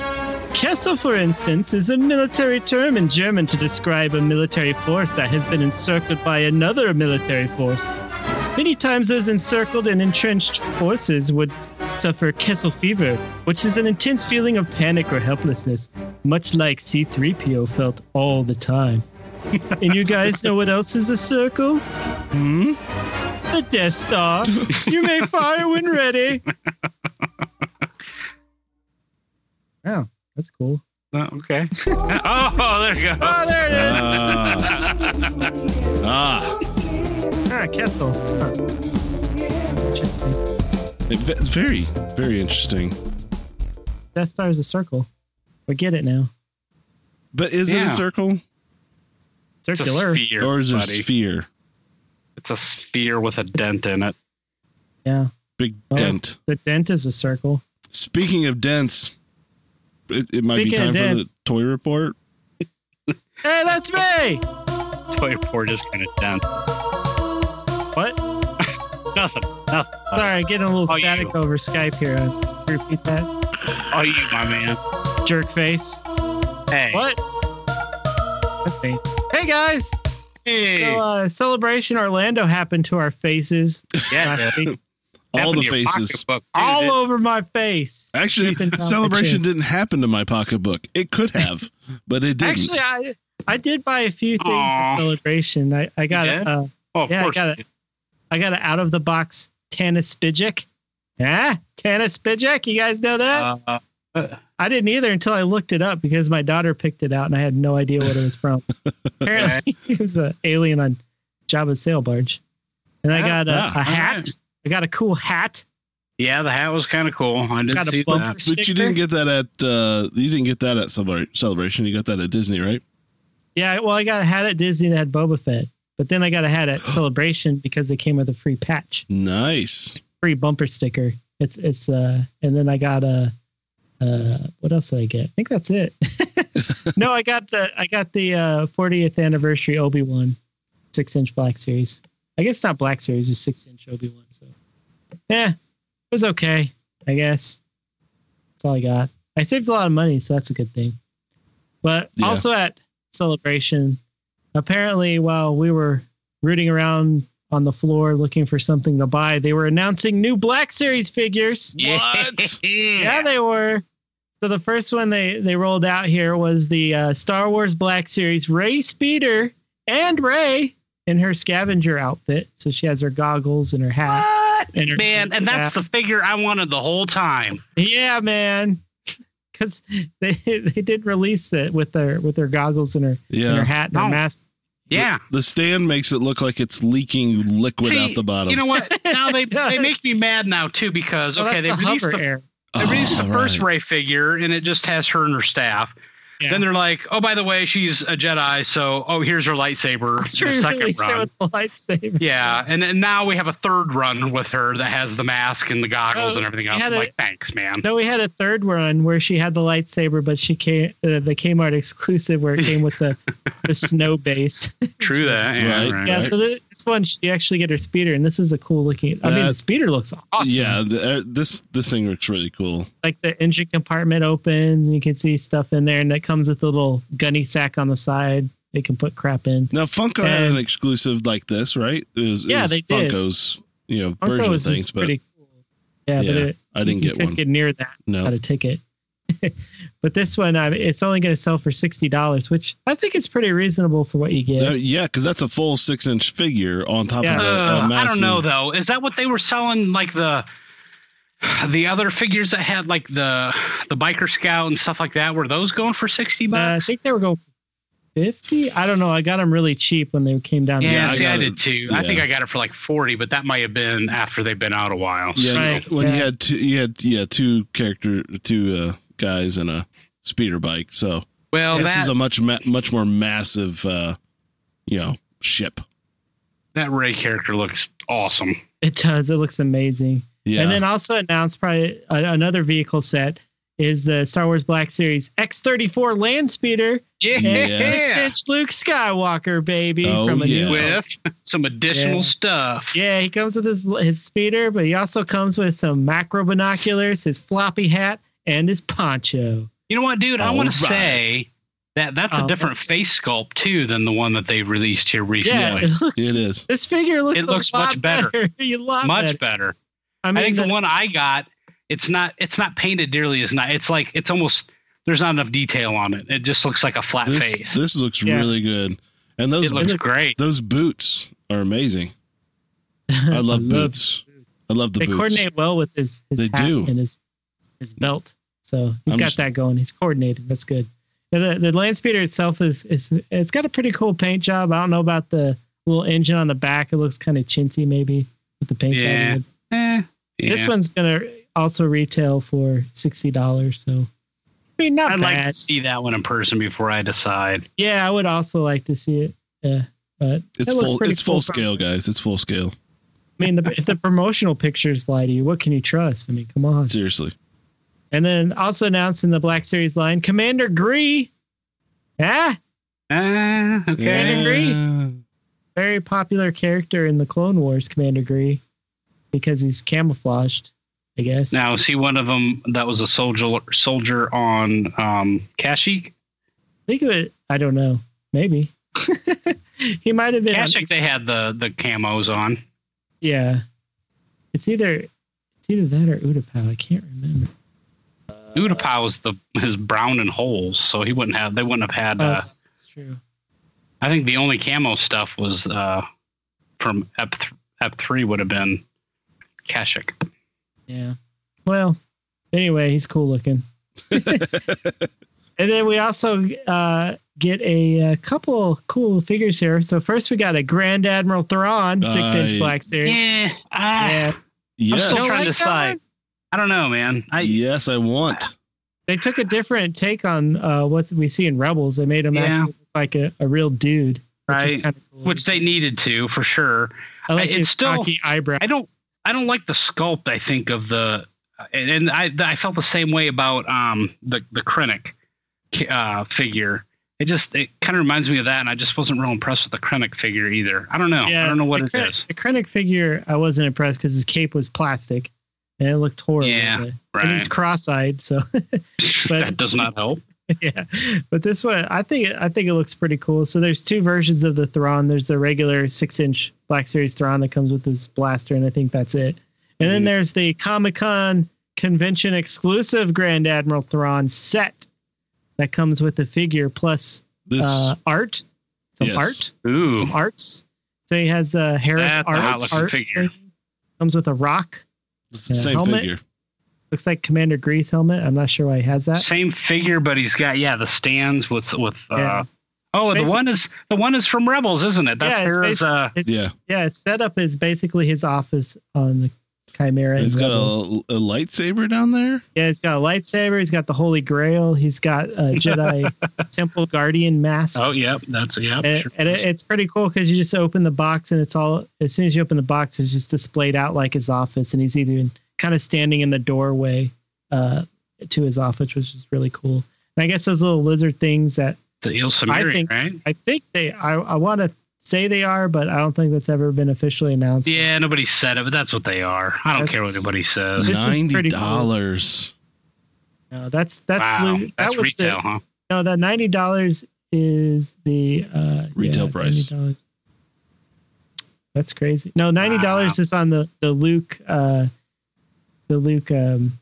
S1: Kessel, for instance, is a military term in German to describe a military force that has been encircled by another military force. Many times, those encircled and entrenched forces would suffer Kessel fever, which is an intense feeling of panic or helplessness, much like C3PO felt all the time. and you guys know what else is a circle?
S3: Hmm.
S1: The Death Star. You may fire when ready. Wow, that's cool.
S4: Uh, okay. oh, there you go.
S1: Oh, there it is.
S3: Ah. ah.
S1: Ah, Kessel. Huh. Interesting.
S3: It- ve- Very, very interesting.
S1: Death Star is a circle. We get it now.
S3: But is it a
S4: Yeah.
S3: circle
S4: It's a
S1: Circular.
S4: sphere,
S3: or is it a
S4: buddy.
S3: sphere?
S4: It's a sphere with a dent in it.
S1: Yeah.
S3: Big
S1: Oh.
S3: dent.
S1: The dent is a circle.
S3: Speaking of dents, it, it might
S1: Speaking
S3: be time
S1: of
S3: for the
S1: dents.
S3: toy report.
S1: Hey, that's me!
S4: Toy port is kind of dent.
S1: What?
S4: Nothing. Nothing.
S1: Sorry, I'm getting a little
S4: Oh, you.
S1: static over Skype here. Uh, Repeat that.
S4: Oh, you, my man.
S1: Jerk face.
S4: Hey.
S1: What? That's me. Hey guys!
S4: Hey.
S1: So, uh, Celebration Orlando happened to our faces
S4: yeah.
S1: last week.
S3: All
S4: Happened
S3: the
S4: to your
S3: faces.
S4: pocketbook, too,
S1: All
S4: didn't
S1: over my face.
S3: Actually,
S1: Flipping down the
S3: celebration
S1: chin.
S3: didn't happen to my pocketbook. It could have, but it didn't.
S1: Actually, I I did buy a few things
S4: Aw.
S1: at Celebration. I, I got
S4: did?
S1: a, uh,
S4: Oh, of
S1: Yeah, I
S4: course.
S1: got
S4: you
S1: it.
S4: did.
S1: I got an out of the box Tanis Spijek. Huh? Tanis Spijek? You guys know that?
S4: Uh, uh,
S1: I didn't either until I looked it up because my daughter picked it out and I had no idea what it was from. Apparently, it was an alien on Jabba's sail barge. And I
S4: Yeah,
S1: got a,
S3: yeah,
S1: a
S4: all
S1: hat.
S4: right.
S1: I got a cool hat.
S4: yeah, the hat was kind of cool. I did
S1: Got a
S4: see
S1: bumper
S4: that.
S1: sticker.
S3: but you didn't get that at uh, you didn't get that at celebra- celebration. You got that at Disney, right?
S1: Yeah, well, I got a hat at Disney that had Boba Fett, but then I got a hat at Celebration because they came with a free patch,
S3: Nice.
S1: free bumper sticker. It's it's uh, and then I got a, uh, what else did I get? I think that's it. no, I got the I got the uh, 40th anniversary Obi Wan, six inch black series. I guess not black series, just six inch Obi Wan. So, yeah, it was okay, I guess. That's all I got. I saved a lot of money, so that's a good thing. But
S3: Yeah.
S1: also at celebration. Apparently, while we were rooting around on the floor looking for something to buy, they were announcing new Black Series figures.
S3: What?
S1: Yeah, they were. So the first one they they rolled out here was the uh, Star Wars Black Series Ray Speeder and Ray in her scavenger outfit. So she has her goggles and her hat.
S4: What?
S1: And her
S4: Man, and that's the figure I wanted the whole time.
S1: yeah, man. Because they they did release it with their with their goggles and her and her
S3: Yeah.
S1: hat and her
S4: No.
S1: mask.
S4: Yeah.
S3: The stand makes it look like it's leaking liquid
S4: See,
S3: out the bottom.
S4: You know what? Now they
S1: It does.
S4: they make me mad now too because
S1: So
S4: okay,
S1: that's
S4: they released
S1: hover
S4: the,
S1: air.
S4: they released the
S3: Oh,
S4: first
S3: right.
S4: Ray figure and it just has her and her staff.
S1: Yeah.
S4: Then they're like, oh, by the way, she's a Jedi, so oh, here's her lightsaber.
S1: That's
S4: in
S1: true.
S4: the second
S1: Release it
S4: run.
S1: with the lightsaber.
S4: Yeah, and, and now we have a third run with her that has the mask and the goggles
S1: Oh,
S4: and everything
S1: they
S4: else.
S1: had
S4: I'm
S1: a-
S4: like, thanks, man.
S1: No, we had a third run where she had the lightsaber, but she came uh, the Kmart exclusive where it came with the the snow base.
S4: True that. Yeah,
S3: Right.
S4: right.
S1: Yeah, so th- this one she actually get her speeder, and this is a cool looking. I mean, the
S3: That-
S1: speeder looks awesome.
S3: Yeah, th- uh, this this thing looks really cool.
S1: like the engine compartment opens, and you can see stuff in there, and that comes with a little gunny sack on the side. They can put crap in.
S3: Now Funko had
S1: And-
S3: an exclusive like this, right? It was, it
S1: Yeah,
S3: was
S1: they did.
S3: Funko's, you know,
S1: Funko
S3: version of
S1: is just
S3: things, but
S1: pretty cool. Yeah,
S3: yeah,
S1: but it,
S3: I didn't
S1: you
S3: get
S1: couldn't
S3: one.
S1: Get near that.
S3: no.
S1: Got a ticket. but this one, I it's only going to sell for sixty dollars, which I think is pretty reasonable for what you get.
S3: Uh, yeah, because that's a full six inch figure on top
S1: Yeah.
S3: of a,
S4: Uh,
S3: a
S4: I
S3: massive.
S4: don't know though. Is that what they were selling? Like the the other figures that had like the the biker scout and stuff like that. Were those going for sixty
S1: Uh, I
S4: bucks?
S1: think they were going for fifty. I don't know. I got them really cheap when they came down.
S4: yeah,
S3: yeah, I
S4: see, I,
S3: got
S4: did
S3: it.
S4: too. I
S3: Yeah.
S4: think I got it for like forty, but that might have been after they've been out a while.
S3: Yeah,
S1: Right,
S3: when
S1: yeah.
S3: you had two, you had yeah two character two uh, guys and a speeder bike, so
S4: Well,
S3: this
S4: Oh, that
S3: is a much ma- much more massive, uh, you know, ship.
S4: that Ray character looks awesome.
S1: It does. It looks amazing.
S3: Yeah,
S1: And then also announced probably a, another vehicle set is the Star Wars Black Series X34 Land Speeder,
S4: Yeah.
S3: Yes.
S1: It's Luke Skywalker, baby.
S3: Oh,
S1: from a
S3: yeah.
S1: New-
S4: With some additional
S1: Yeah.
S4: stuff.
S1: yeah, he comes with his his speeder, but he also comes with some macro binoculars, his floppy hat, and his poncho.
S4: You know what, dude? I
S3: All
S4: want
S3: right.
S4: to say that that's
S1: Oh,
S4: a different face sculpt too than the one that they released here recently.
S1: Yeah, it looks.
S3: it is.
S1: This figure looks.
S4: It looks
S1: a lot
S4: much better.
S1: a lot
S4: Much
S1: better.
S4: better.
S1: I
S4: I,
S1: mean,
S4: think the,
S1: the-
S4: one I got, it's not it's not painted nearly as nice. It's like it's almost there's not enough detail on it. It just looks like a flat
S3: This
S4: face.
S3: this looks
S1: Yeah.
S3: really good, and those
S4: it looks
S1: looks-
S4: great.
S3: those boots are amazing. I love boots. I love the
S1: they
S3: boots.
S1: coordinate well with his, his
S3: They
S1: hat
S3: do.
S1: and his his belt. So he's
S3: I'm
S1: got
S3: just-
S1: that going. He's coordinated. That's good. And The the land speeder itself is is it's got a pretty cool paint job. I don't know about the little engine on the back. It looks kind of chintzy maybe with the paint
S4: Yeah.
S1: job.
S4: Eh,
S1: This
S4: yeah.
S1: one's gonna also retail for sixty dollars. So I mean not
S4: I'd like
S1: bad.
S4: to see that one in person before I decide.
S1: yeah, I would also like to see it. Yeah, but
S3: It's
S1: it looks
S3: full.
S1: pretty
S3: It's
S1: cool
S3: full
S1: from-
S3: scale, guys. It's full scale.
S1: I mean, the, if the promotional pictures lie to you, what can you trust? I mean, come on.
S3: Seriously.
S1: And then also announced in the Black Series line, Commander Gree. Ah,
S4: Ah, okay.
S1: Yeah. very popular character in the Clone Wars, Commander Gree, because he's camouflaged, I guess.
S4: Now, see one of them that was a soldier soldier on um Kashyyyk.
S1: Think of it. I don't know. Maybe. he might have been. on-
S4: Kashyyyk, they had the the camos on.
S1: yeah. It's either it's either that or Utapau. I can't remember.
S4: Utapau was the is brown and holes, so he wouldn't have. They wouldn't have had. Uh,
S1: oh, that's true.
S4: I think the only camo stuff was uh, from Ep th- Ep three would have been Kashyyyk.
S1: Yeah. Well, anyway, he's cool looking. and then we also uh, get a, uh couple cool figures here. So first we got a Grand Admiral Thrawn six
S3: Aye.
S1: inch black series.
S4: Yeah, I,
S1: Yeah.
S4: I'm
S3: Yes.
S4: still
S1: Don't
S4: trying
S1: like
S4: to
S1: that
S4: decide.
S1: one?
S4: I don't know, man. I
S3: yes, I want.
S1: They took a different take on uh, what we see in Rebels. They made them
S4: Yeah.
S1: actually look like a, a real dude. Which
S4: Right.
S1: Is kind of cool.
S4: which they needed to for sure.
S1: I like
S4: it's
S1: his
S4: still-
S1: cocky eyebrow.
S4: I don't I don't like the sculpt. I think of the and, and I I felt the same way about um the the Krennic uh, figure. It just it kind of reminds me of that, and I just wasn't real impressed with the Krennic figure either. I don't know. I don't know what
S1: the
S4: it
S1: Krennic-
S4: is.
S1: The Krennic figure, I wasn't impressed because his cape was plastic and it looked horrible.
S4: Yeah,
S1: but- And
S4: Right.
S1: he's cross-eyed, so
S4: that does not help.
S1: yeah. But this one, I think I think it looks pretty cool. So there's two versions of the Thrawn. There's the regular six-inch Black Series Thrawn that comes with this blaster, and I think that's it. And then
S3: Mm-hmm.
S4: Mhm.
S1: there's the Comic Con convention exclusive Grand Admiral Thrawn set that comes with the figure plus
S3: This
S1: uh, art, some
S3: Yes.
S1: art
S4: Ooh.
S1: arts. So he has uh, Harris
S4: That's a
S1: art,
S4: hot-looking
S1: art
S4: figure.
S1: thing. comes with a rock.
S3: it's the
S1: yeah,
S3: same
S1: helmet.
S3: figure.
S1: Looks like Commander Grease helmet. I'm not sure why he has that.
S4: Same figure, but he's got yeah the stands with with. Uh,
S1: Yeah.
S4: Oh,
S1: Basi-
S4: the one is the one is from Rebels, isn't it? That's
S1: Yeah, it's
S4: Hera's.
S1: basi-
S4: uh,
S3: Yeah,
S1: Yeah, his setup is basically his office on the Chimera. and
S3: he's got
S1: Rebels.
S3: a, a lightsaber down there.
S1: yeah, he's got a lightsaber. He's got the Holy Grail. He's got a Jedi Temple Guardian mask.
S4: oh, yep, that's yep.
S1: and,
S4: sure.
S1: and it, it's pretty cool because you just open the box and it's all as soon as you open the box it's just displayed out like his office and he's even kind of standing in the doorway uh, to his office which is really cool and i guess those little lizard things that
S4: the Il
S1: I
S4: Samiri,
S1: think-
S4: right?
S1: i think they i, I want to say they are but i don't think that's ever been officially announced
S4: Yeah, nobody said it, but that's what they are. I don't care what
S1: That's-
S4: anybody says.
S1: is pretty
S3: Ninety
S1: cool.
S3: dollars.
S1: no, that's that's
S4: wow,
S1: the-
S4: that's
S1: was
S4: retail,
S1: the,
S4: huh?
S1: no that $90 is the uh,
S3: Retail
S1: yeah,
S3: price.
S1: $90. That's crazy. No, ninety dollars
S4: Wow.
S1: is on the the Luke uh the Luke um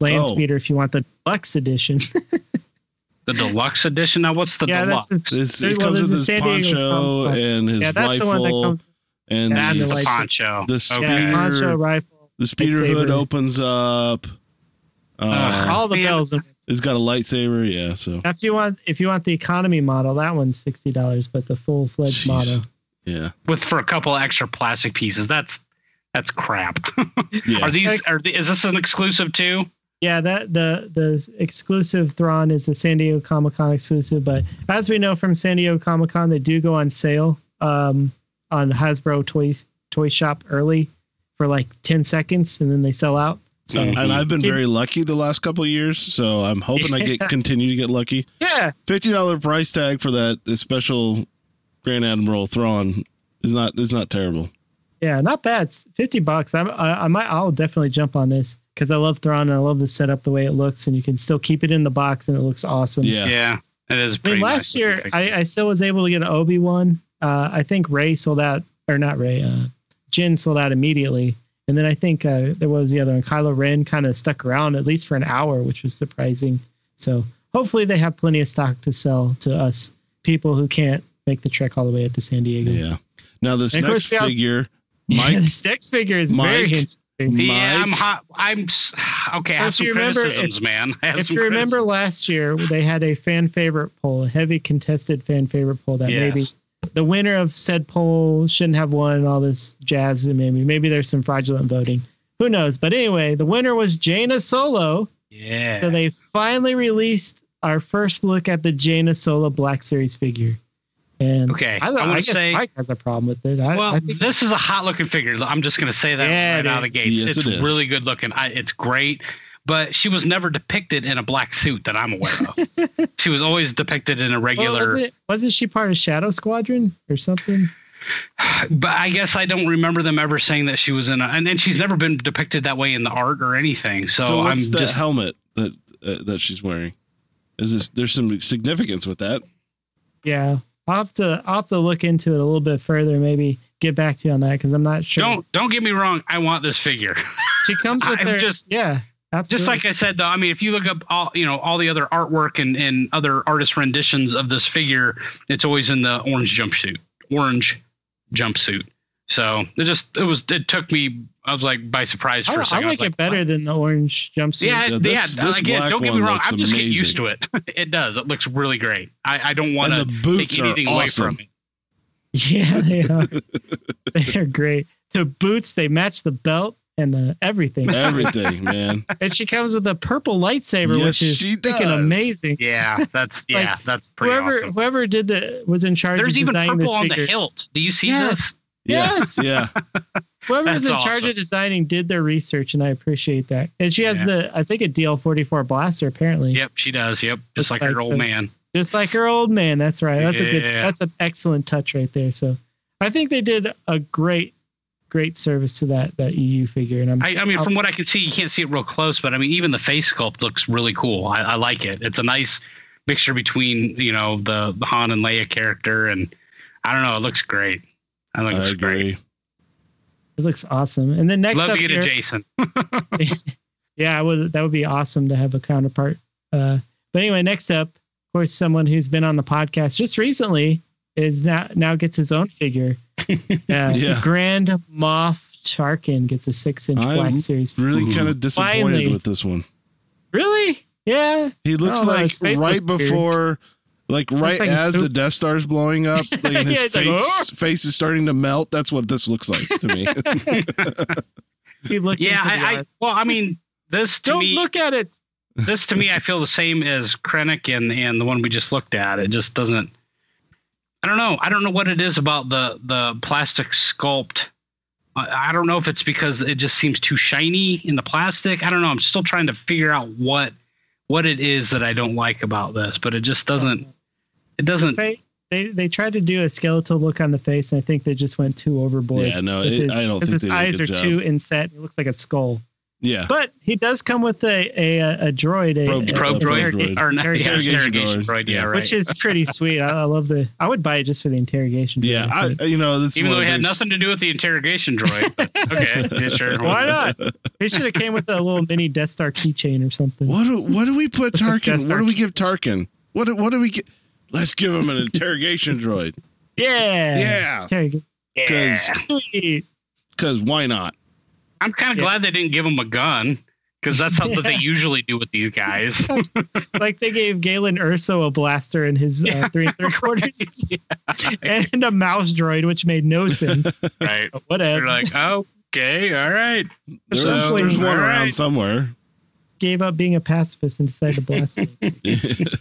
S1: land
S3: Oh.
S1: speeder if you want the deluxe edition.
S4: The deluxe edition. Now, what's the
S1: yeah,
S4: deluxe?
S1: that's the,
S3: It's, it
S1: Well,
S3: comes
S1: there's
S3: with
S1: a
S3: his
S1: San Diego
S3: poncho
S1: Comic Con.
S3: and his
S1: yeah, that's the one that
S3: rifle
S1: comes Yeah,
S3: and the,
S4: That's
S1: the
S4: the
S1: lights-
S4: poncho.
S3: the
S1: yeah,
S3: Speeder.
S1: poncho rifle.
S3: the speeder hood
S1: Lightsaber.
S3: opens up. Uh,
S4: Ah.
S1: all the
S4: man.
S1: bells and
S3: it's got a lightsaber. Yeah, so
S1: if you want if you want the economy model, that one's sixty dollars, but the full fledged
S3: Jeez.
S1: model.
S3: yeah,
S4: with for a couple extra plastic pieces. That's that's crap.
S3: yeah.
S4: Are these? Are the, is this an exclusive too?
S1: Yeah, that the the exclusive Thrawn is a San Diego Comic Con exclusive, but as we know from San Diego Comic Con, they do go on sale um, on Hasbro toy toy shop early for like ten seconds, and then they sell out.
S3: So- and I've been
S1: Did-
S3: very lucky the last couple of years, so I'm hoping I get
S1: Yeah.
S3: continue to get lucky.
S1: Yeah,
S3: Fifty dollar price tag for that special Grand Admiral Thrawn is not is not terrible.
S1: yeah, not bad. It's Fifty bucks. I'm, I I might I'll definitely jump on this because I love Thrawn and I love the setup, the way it looks, and you can still keep it in the box and it looks awesome.
S3: Yeah,
S4: it is.
S1: I mean,
S4: pretty
S1: last
S4: nice
S1: year
S4: looking
S1: I,
S4: figure.
S1: I still was able to get an Obi Wan. Uh, I think Ray sold out, or not Ray, uh, Jin sold out immediately. And then I think uh, there was the other one. Kylo Ren kind of stuck around at least for an hour, which was surprising. So hopefully they have plenty of stock to sell to us people who can't make the trek all the way up to San Diego.
S3: yeah. Now this
S1: And of
S3: next
S1: course we have-
S3: figure, Mike.
S1: this next figure is very
S3: Mike,
S1: interesting.
S4: yeah, I'm
S3: Mike-
S4: hot. I'm s- okay. I
S1: If
S4: have some
S1: you remember-
S4: criticisms, man. I have
S1: If
S4: some
S1: you remember
S4: criticisms.
S1: last year, they had a fan favorite poll, a heavy contested fan favorite poll that
S4: Yes.
S1: maybe the winner of said poll shouldn't have won and all this jazz. And maybe, maybe there's some fraudulent voting. Who knows? But anyway, the winner was Jaina Solo.
S4: yeah,
S1: So they finally released our first look at the Jaina Solo Black Series figure. And
S4: Okay,
S1: I,
S4: I wanna
S1: I guess
S4: say-
S1: Mike has a problem with it. I,
S4: Well,
S1: I think
S4: this is a hot looking figure. I'm just going to say that
S1: Yeah,
S4: right
S1: it
S4: out of the
S1: is.
S4: gate.
S3: Yes,
S4: it's
S3: it is.
S4: really good looking. I, it's great, but she was never depicted in a black suit that I'm aware of. she was always depicted in a
S1: well,
S4: regular.
S1: wasn't, wasn't she part of Shadow Squadron or something?
S4: but I guess I don't remember them ever saying that she was in a. And then she's never been depicted that way in the art or anything. So,
S3: So,
S4: I'm
S3: what's the
S4: just.
S3: helmet that uh, that she's wearing? Is this there's some significance with that?
S1: Yeah, I'll have to I'll have to look into it a little bit further. Maybe get back to you on that because I'm not sure.
S4: Don't don't get me wrong. I want this figure.
S1: she comes with
S4: I'm
S1: her?
S4: just-
S1: yeah, absolutely.
S4: Just like I said, though, I mean, if you look up all you know all the other artwork and, and other artist renditions of this figure, it's always in the orange jumpsuit, orange jumpsuit. So it just it was it took me I was like by surprise
S1: I,
S4: for a
S1: I
S4: second. I was
S1: like it better than the orange jumpsuit.
S4: Yeah,
S3: Yeah,
S4: yeah.
S3: this- this
S4: again,
S3: black
S4: don't get me
S3: one
S4: wrong.
S3: looks
S4: I'm just getting used to it. It does. It looks really great. I, I don't want
S3: and
S4: to
S3: the
S4: take
S3: boots are
S4: anything away
S3: awesome.
S4: from it.
S1: yeah, they are. they are great. The boots they match the belt and the everything.
S3: Everything, man.
S1: and she comes with a purple lightsaber,
S3: Yes,
S1: which is
S3: she
S1: freaking
S3: does.
S1: amazing.
S4: Yeah, that's yeah, that's pretty
S1: whoever
S4: awesome.
S1: whoever did the was in charge
S4: There's
S1: of
S4: even
S1: designing
S4: purple
S1: this
S4: on
S1: figure.
S4: the hilt. Do you see
S1: Yeah.
S4: this?
S1: Yes.
S3: Yeah.
S1: Whoever was in
S4: That's
S1: charge
S4: awesome.
S1: of designing did their research, and I appreciate that. And she has
S4: Yeah.
S1: the, I think, a DL44 blaster, apparently.
S4: Yep, she does. Yep, just
S1: Looks
S4: like her
S1: like
S4: old
S1: so.
S4: man.
S1: Just like her old man. That's right. That's a good,
S4: Yeah.
S1: that's an excellent touch right there. So I think they did a great, great service to that, that EU figure. And I'm,
S4: I, I mean, from what I can see, you can't see it real close, but I mean, even the face sculpt looks really cool. I, I like it. It's a nice mixture between you know the the Han and Leia character, and I don't know, it looks great. I think it
S3: I
S4: looks great.
S3: agree.
S1: it looks awesome. And then next
S4: Love
S1: up
S4: to get
S1: here,
S4: a Jason.
S1: yeah, I would, that would be awesome to have a counterpart. Uh, but anyway, next up, of course, someone who's been on the podcast just recently is now now gets his own figure. Uh,
S3: Yeah.
S1: Grand Moff Tarkin gets a six inch
S3: I'm
S1: Black Series.
S3: Really
S4: Ooh.
S3: kind of disappointed
S1: Finally.
S3: with this one.
S1: Really? Yeah.
S3: He looks
S1: don't know,
S3: like
S1: his face
S3: right
S1: looks weird.
S3: before, like right
S1: like his
S3: as the
S1: poop.
S3: Death Star's blowing up, like, and his
S1: Yeah, it's like,
S3: face,
S1: "Oh!"
S3: face is starting to melt. That's what this looks like to me.
S1: He looked
S4: Yeah,
S1: into the
S4: I, I
S1: eye.
S4: well, I mean, this to
S1: don't
S4: me,
S1: look at it.
S4: this to me, I feel the same as Krennic and and the one we just looked at. It just doesn't. I don't know. I don't know what it is about the the plastic sculpt. I, I don't know if it's because it just seems too shiny in the plastic. I don't know. I'm still trying to figure out what what it is that I don't like about this, but it just doesn't. It doesn't.
S1: Fa- They they tried to do a skeletal look on the face, and I think they just went too overboard.
S3: yeah, no,
S1: With
S3: it,
S1: his-
S3: I don't
S1: because
S3: think
S1: his
S3: they
S1: eyes
S3: did a
S1: are
S3: good job.
S1: too inset. It looks like a skull.
S3: Yeah,
S1: But he does come with a a, a droid, a
S3: Probe-
S1: a-
S4: Probe
S1: a-
S4: droid,
S3: droid.
S4: or not, yeah,
S3: Interrogation
S4: interrogation
S3: droid.
S4: droid. Yeah,
S3: Yeah.
S4: right.
S1: which is pretty sweet. I, I love the. I would buy it just for the interrogation.
S3: yeah.
S1: video,
S3: I,
S1: but
S3: you know, that's
S4: even
S3: one
S4: though
S3: of
S4: it had
S3: these-
S4: nothing to do with the interrogation droid. But, okay, yeah, sure.
S1: Why not? they should have came with a little mini Death Star keychain or something.
S3: What do, what do we put
S1: That's the
S3: Tarkin?
S1: best
S3: What do we
S1: Tarkin.
S3: give Tarkin? What do, what do we get? Let's give him an interrogation droid.
S1: Yeah.
S3: Yeah,
S1: Yeah.
S3: because
S1: Sweet.
S3: because why not?
S4: I'm kind of
S1: Yeah.
S4: glad they didn't give him a gun because that's how what they usually do with these guys.
S1: Like they gave Galen Urso a blaster in his uh,
S4: Yeah,
S1: three and three quarters, and a mouse droid, which made no sense.
S4: right?
S1: But whatever.
S4: They're like, okay, all right.
S3: There's,
S4: So-
S3: there's one
S4: All
S3: around
S4: right.
S3: somewhere.
S1: Gave up being a pacifist and decided to blast it.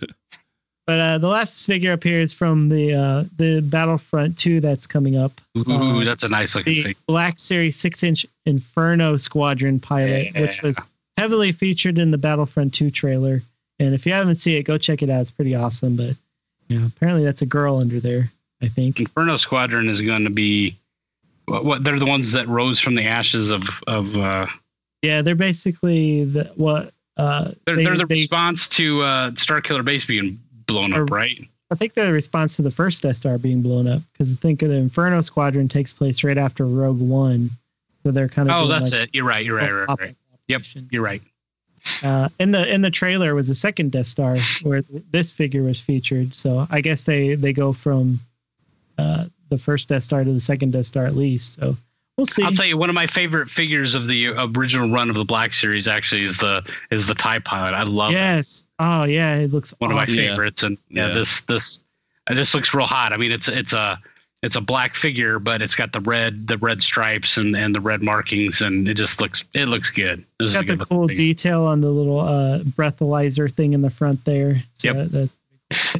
S1: But uh, the last figure up here is from the uh, the Battlefront 2 that's coming up.
S4: Ooh,
S1: Uh,
S4: that's a nice looking
S1: the
S4: thing.
S1: Black Series 6 inch Inferno Squadron pilot, which was heavily featured in the Battlefront 2 trailer. And if you haven't seen it, go check it out. It's pretty awesome. But yeah, apparently that's a girl under there, I think.
S4: Inferno Squadron is going to be what, what? They're the ones that rose from the ashes of of. Uh,
S1: Yeah, they're basically the, what uh,
S4: they're,
S1: They-
S4: they, are the
S1: they-
S4: response to uh, Star Killer Base being blown
S1: Or-
S4: up, right?
S1: I think the response to the first Death Star being blown up because think of the Inferno Squadron takes place right after Rogue One. So they're kind of
S4: Oh,
S1: doing,
S4: that's
S1: like,
S4: it. You're right. You're right. Right. right. Yep,
S1: operations.
S4: You're right.
S1: Uh, in the in the trailer was the second Death Star where this figure was featured. So I guess they they go from uh, the first Death Star to the second Death Star at least. So we'll see.
S4: I'll tell you, one of my favorite figures of the original run of the Black Series actually is the is the Tie Pilot. I love that.
S1: yes. Oh yeah, it looks
S4: one of my
S1: awesome.
S3: Oh, Yeah.
S4: favorites. And yeah,
S3: Yeah.
S4: this this uh, this looks real hot. I mean, it's it's a it's a black figure, but it's got the red the red stripes and and the red markings, and it just looks it looks good. This
S1: It's
S4: is
S1: got
S4: a
S1: the
S4: good looking
S1: cool
S4: figure.
S1: detail on the little uh, breathalyzer thing in the front there. So
S4: Yep.
S1: that- that's so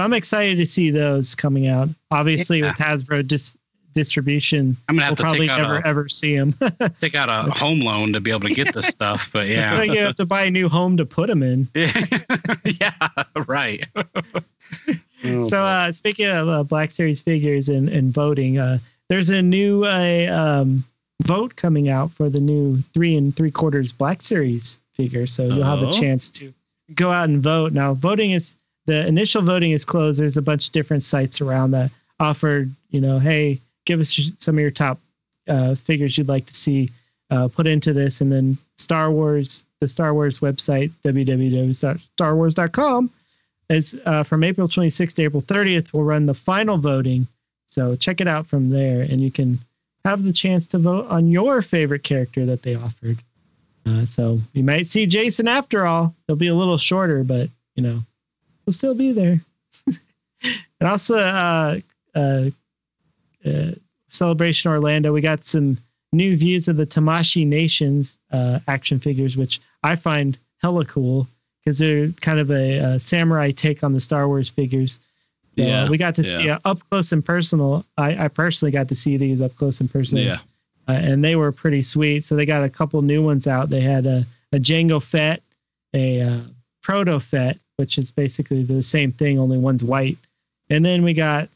S1: I'm excited to see those coming out. Obviously,
S4: Yeah.
S1: with Hasbro dis- distribution,
S4: I'm gonna
S1: we'll
S4: have to
S1: probably
S4: take out
S1: never
S4: a
S1: ever see them.
S4: take out a home loan to be able to get this stuff. But yeah,
S1: you have to buy a new home to put them in.
S4: yeah, right.
S1: so uh, speaking of uh, black series figures and, and voting uh, there's a new uh, um, vote coming out for the new three and three quarters black series figure so you'll have a
S3: Oh.
S1: chance to go out and vote now voting is the initial voting is closed there's a bunch of different sites around that offer you know hey give us your- some of your top uh, figures you'd like to see uh, put into this and then star wars the star wars website www.starwars.com is uh, from April 26th to April 30th. We'll run the final voting. So check it out from there, and you can have the chance to vote on your favorite character that they offered. Uh, so you might see Jason after all. He'll be a little shorter, but you know, he'll still be there. and also, uh, uh, uh, Celebration Orlando, we got some new views of the Tamashi Nations uh, action figures, which I find hella cool because they're kind of a, uh samurai take on the Star Wars figures. So, uh,
S3: Yeah,
S1: we got to see
S3: yeah.
S1: uh, up close and personal. I, I personally got to see these up close and personal,
S3: Yeah.
S1: uh, and they were pretty sweet. So they got a couple new ones out. They had a, a Django Fett, a uh, Proto Fett, which is basically the same thing, only one's white. And then we got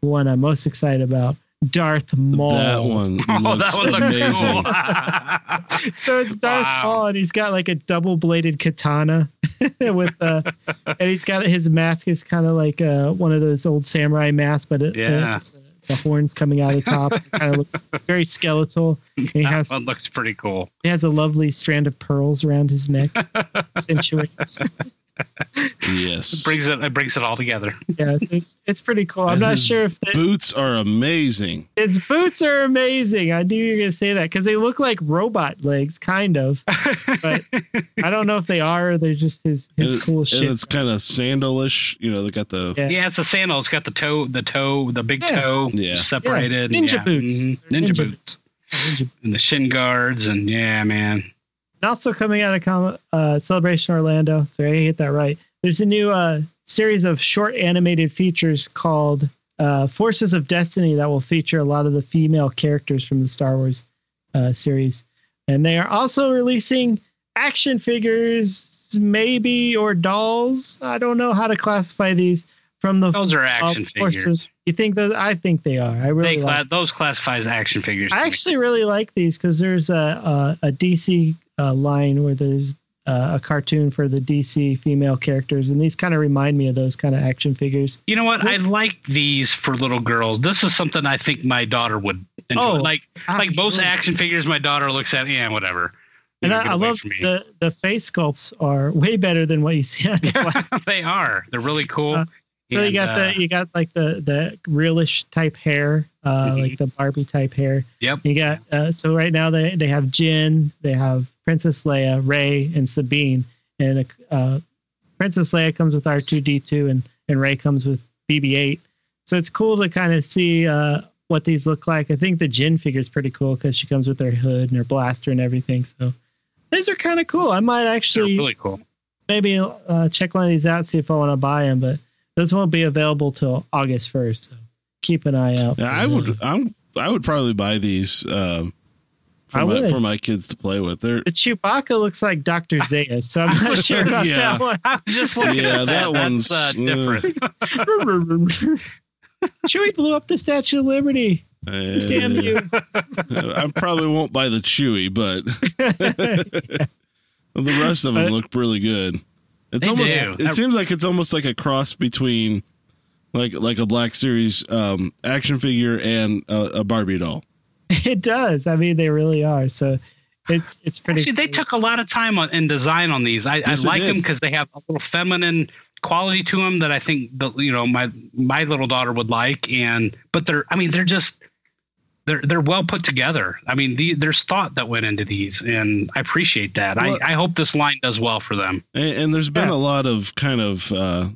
S1: one I'm most excited about, Darth Maul.
S3: That one looks
S4: Oh, that one looks
S3: amazing.
S4: cool.
S1: So it's Darth
S4: Wow.
S1: Maul, and he's got like a double-bladed katana with uh, and he's got his mask is kind of like uh one of those old samurai masks, but it,
S4: Yeah.
S1: it's, uh, the horns coming out of the top. It kind of looks very skeletal. And he
S4: that
S1: has
S4: one looks pretty cool.
S1: he has a lovely strand of pearls around his neck, accentuate.
S3: Yes.
S4: Brings it. It brings it all together.
S1: Yeah, so it's it's pretty cool. I'm
S3: And
S1: not
S3: his
S1: sure if the,
S3: Boots are amazing.
S1: his boots are amazing. I knew you were gonna say that because they look like robot legs, kind of. But I don't know if they are. Or they're just his his
S3: and,
S1: cool
S3: and
S1: shit.
S3: it's kind of sandalish. You know, they got the
S1: Yeah.
S4: Yeah, it's a sandal. It's got the toe, the toe, the big
S1: Yeah.
S4: toe
S3: Yeah.
S4: separated.
S1: Yeah. Ninja
S4: Yeah.
S1: boots.
S4: Mhm.
S1: They're
S4: Ninja,
S1: ninja
S4: boots.
S1: Ninja
S4: And the shin guards. And yeah, man.
S1: And also coming out of Com- uh, Celebration Orlando, sorry, I hit that right. There's a new uh, series of short animated features called uh, Forces of Destiny that will feature a lot of the female characters from the Star Wars uh, series. And they are also releasing action figures, maybe, or dolls. I don't know how to classify these from the.
S4: Those are
S1: uh,
S4: action
S1: Forces-
S4: figures.
S1: You think those? I think they are. I really
S4: they
S1: like
S4: cla- those classifies action figures. to
S1: I
S4: me.
S1: actually really like these because there's a, a a DC uh, line where there's uh, a cartoon for the DC female characters, and these kind of remind me of those kind of action figures.
S4: You know what? I like these for little girls. This is something I think my daughter would enjoy.
S1: Oh,
S4: like like most
S1: Absolutely.
S4: action figures, my daughter looks at. Yeah, whatever.
S1: And
S4: You know,
S1: I,
S4: get
S1: I
S4: away
S1: love
S4: from me.
S1: the the face sculpts are way better than what you see. On the black.
S4: they are. They're really cool.
S1: Uh, so you
S4: And,
S1: got
S4: uh,
S1: the you got like the the realish type hair, uh,
S4: Mhm.
S1: like the Barbie type hair.
S4: Yep.
S1: You got uh, so right now they they have Jin, they have Princess Leia, Ray, and Sabine, and uh, Princess Leia comes with R two D two, and and Ray comes with BB eight. So it's cool to kind of see uh, what these look like. I think the Jin figure is pretty cool because she comes with her hood and her blaster and everything. So these are kind of cool. I might
S4: they're
S1: actually
S4: really cool.
S1: maybe uh, check one of these out, see if I want to buy them. But those won't be available till August first, so keep an eye out.
S3: Yeah, I
S1: for
S3: would
S1: those.
S3: I'm I would probably buy these um for,
S1: I
S3: my,
S1: would.
S3: for my kids to play with. They're
S1: The Chewbacca looks like Doctor Zayas, so I'm not sure about
S3: Yeah.
S1: that one.
S4: I was just looking
S3: Yeah,
S4: at
S3: that
S4: that.
S3: one's- mm.
S4: That's uh, different.
S1: Chewie blew up the Statue of Liberty. Damn
S3: uh,
S1: you!
S3: I probably won't buy the Chewy, but the rest of them
S1: But-
S3: look really good. It's
S4: They
S3: almost
S4: do.
S3: it
S4: That-
S3: seems like it's almost like a cross between like like a Black Series um action figure and a, a Barbie doll.
S1: It does. I mean, they really are. So it's it's pretty.
S4: Actually, they
S1: cool.
S4: took a lot of time on, in design on these. I,
S3: Yes,
S4: I
S3: they
S4: like them
S3: did.
S4: because they have a little feminine quality to them that I think the you know my my little daughter would like. And but they're I mean they're just they're they're well put together. I mean the, there's thought that went into these, and I appreciate that.
S3: Well-
S4: I I hope this line does well for them.
S3: And, and there's been
S1: Yeah.
S3: a lot of kind of uh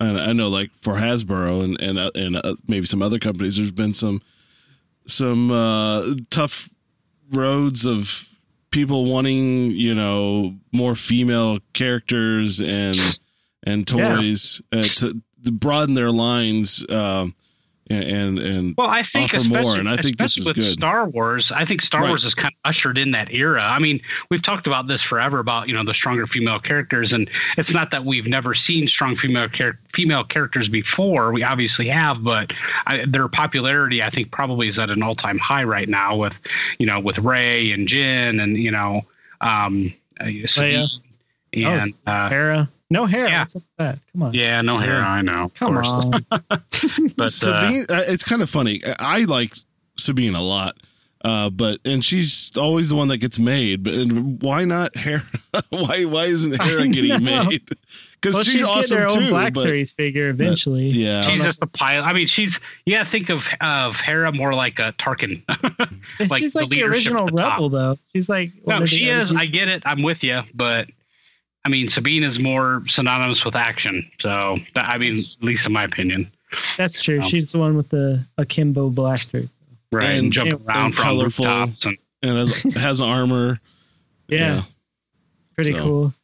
S3: and I know like for Hasbro and and uh, and uh, maybe some other companies there's been some some uh tough roads of people wanting, you know, more female characters and and
S1: Yeah.
S3: toys uh, to to broaden their lines um and and
S4: Well, I think
S3: offer
S4: especially,
S3: more, and I think this
S4: especially
S3: is
S4: with
S3: good.
S4: Star Wars, I think Star
S3: Right.
S4: Wars is kind of ushered in that era. I mean, we've talked about this forever about you know the stronger female characters, and it's not that we've never seen strong female char- female characters before. We obviously have, but I, their popularity, I think, probably is at an all time high right now with you know with Ray and Jin and you know um, uh, Sabine and
S1: Oh,
S4: uh,
S1: Hera. No hair.
S4: Yeah.
S1: What's up with that? Come on.
S4: yeah, no hair.
S3: Yeah.
S4: I know. of
S1: Come
S4: course.
S1: on.
S4: but uh,
S3: Sabine, uh, it's kind of funny. I, I like Sabine a lot, uh, but and she's always the one that gets made. But and why not Hera? why why isn't Hera
S1: I know.
S3: getting made? Because
S1: well,
S3: she's,
S1: she's, getting
S3: awesome
S1: her own
S3: too.
S1: Black
S3: but
S1: Series figure eventually.
S3: yeah,
S4: She's
S1: know.
S4: just a pilot. I mean, she's you gotta think of of Hera more like a Tarkin.
S1: And
S4: like,
S1: she's
S4: the
S1: like the,
S4: leadership
S1: original
S4: at the top.
S1: rebel, though. She's like one
S4: no,
S1: of the
S4: she is.
S1: OG
S4: I get it. I'm with you, but I mean, Sabine is more synonymous with action. So that- I mean, at least in my opinion,
S1: That's
S3: Oh.
S1: true.
S4: Um,
S1: She's the one with the akimbo blasters.
S4: right? And,
S3: And-
S4: jumping
S1: and
S4: around from
S3: colorful.
S4: rooftops and
S3: and has has armor.
S1: yeah. pretty
S3: So-
S1: cool.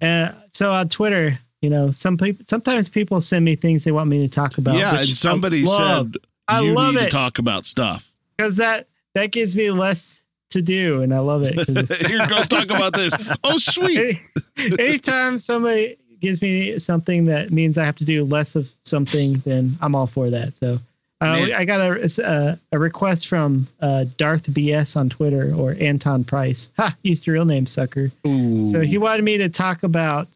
S1: Uh, so on Twitter, you know, some people sometimes people send me things they want me to talk about.
S3: yeah, and somebody said
S1: I
S3: you
S1: love
S3: need to
S1: it.
S3: talk about stuff.
S1: because that that gives me less to do, and I love it. 'cause
S3: Here, go talk about this. Oh, sweet.
S1: any, anytime somebody gives me something that means I have to do less of something, then I'm all for that. So uh,
S4: Man.
S1: I got a, a, a request from uh, Darth BS on Twitter or Anton Price. Ha, used your real name, sucker. So he wanted me to talk about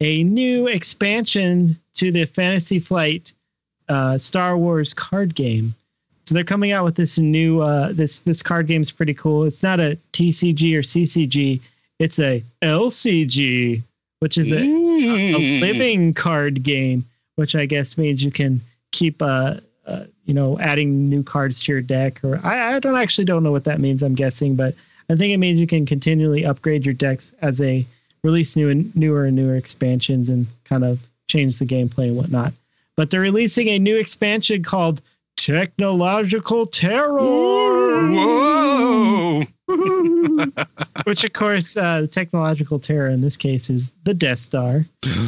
S1: a new expansion to the Fantasy Flight uh, Star Wars card game. So they're coming out with this new uh, this this card game's pretty cool. It's not a TCG or CCG. It's a LCG, which is a, a
S4: Mm.
S1: living card game, which I guess means you can keep uh, uh you know adding new cards to your deck. Or I, I don't actually don't know what that means. I'm guessing, but I think it means you can continually upgrade your decks as they release new and newer and newer expansions and kind of change the gameplay and whatnot. But they're releasing a new expansion called Technological Terror.
S4: Whoa.
S1: Which, of course, uh, technological terror in this case is the Death Star.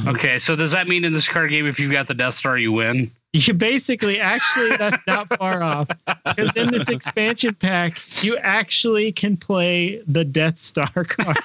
S4: Okay, so does that mean in this card game, if you've got the Death Star, you win?
S1: You basically, actually, that's not far off. Because in this expansion pack, you actually can play the Death Star card.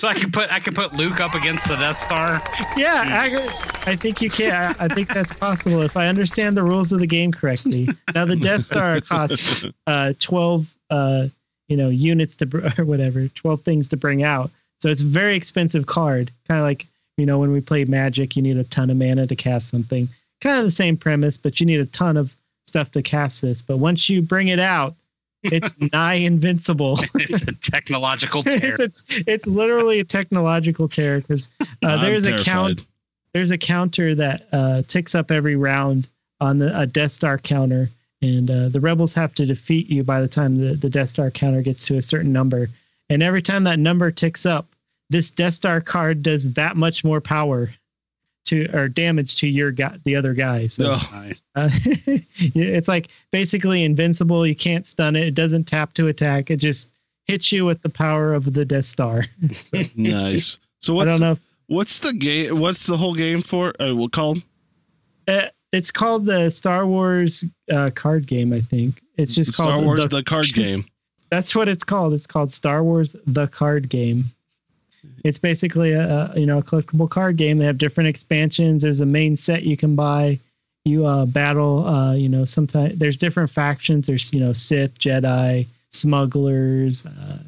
S4: So I can put I can put Luke up against the Death Star.
S1: yeah, I, I think you can. I, I think that's possible if I understand the rules of the game correctly. Now, the Death Star costs uh, 12, uh, you know, units to, br- or whatever, 12 things to bring out. So it's a very expensive card. Kind of like, you know, when we play Magic, you need a ton of mana to cast something. Kind of the same premise, but you need a ton of stuff to cast this. But once you bring it out, it's nigh invincible
S4: It's a technological tear.
S1: it's, it's it's literally a technological terror because uh,
S3: I'm
S1: there's a
S3: terrified.
S1: count there's a counter that uh, ticks up every round on the a Death Star counter, and uh, the rebels have to defeat you by the time the, the Death Star counter gets to a certain number. And every time that number ticks up, this Death Star card does that much more power to or damage to your guy, the other guy. So
S3: Oh,
S4: Nice.
S1: uh, yeah, it's like basically invincible. You can't stun it. It doesn't tap to attack. It just hits you with the power of the Death Star.
S3: nice. So
S1: I
S3: what's
S1: don't know. if-
S3: what's the game? What's the whole game for? Uh, we'll call.
S1: Uh, it's called the Star Wars uh, card game. I think it's just
S3: Star
S1: called
S3: Wars the, card game.
S1: That's what it's called. It's called Star Wars the Card Game. It's basically a, a you know a collectible card game. They have different expansions. There's a main set you can buy. You uh, battle. Uh, you know sometimes there's different factions. There's you know Sith, Jedi, smugglers, uh,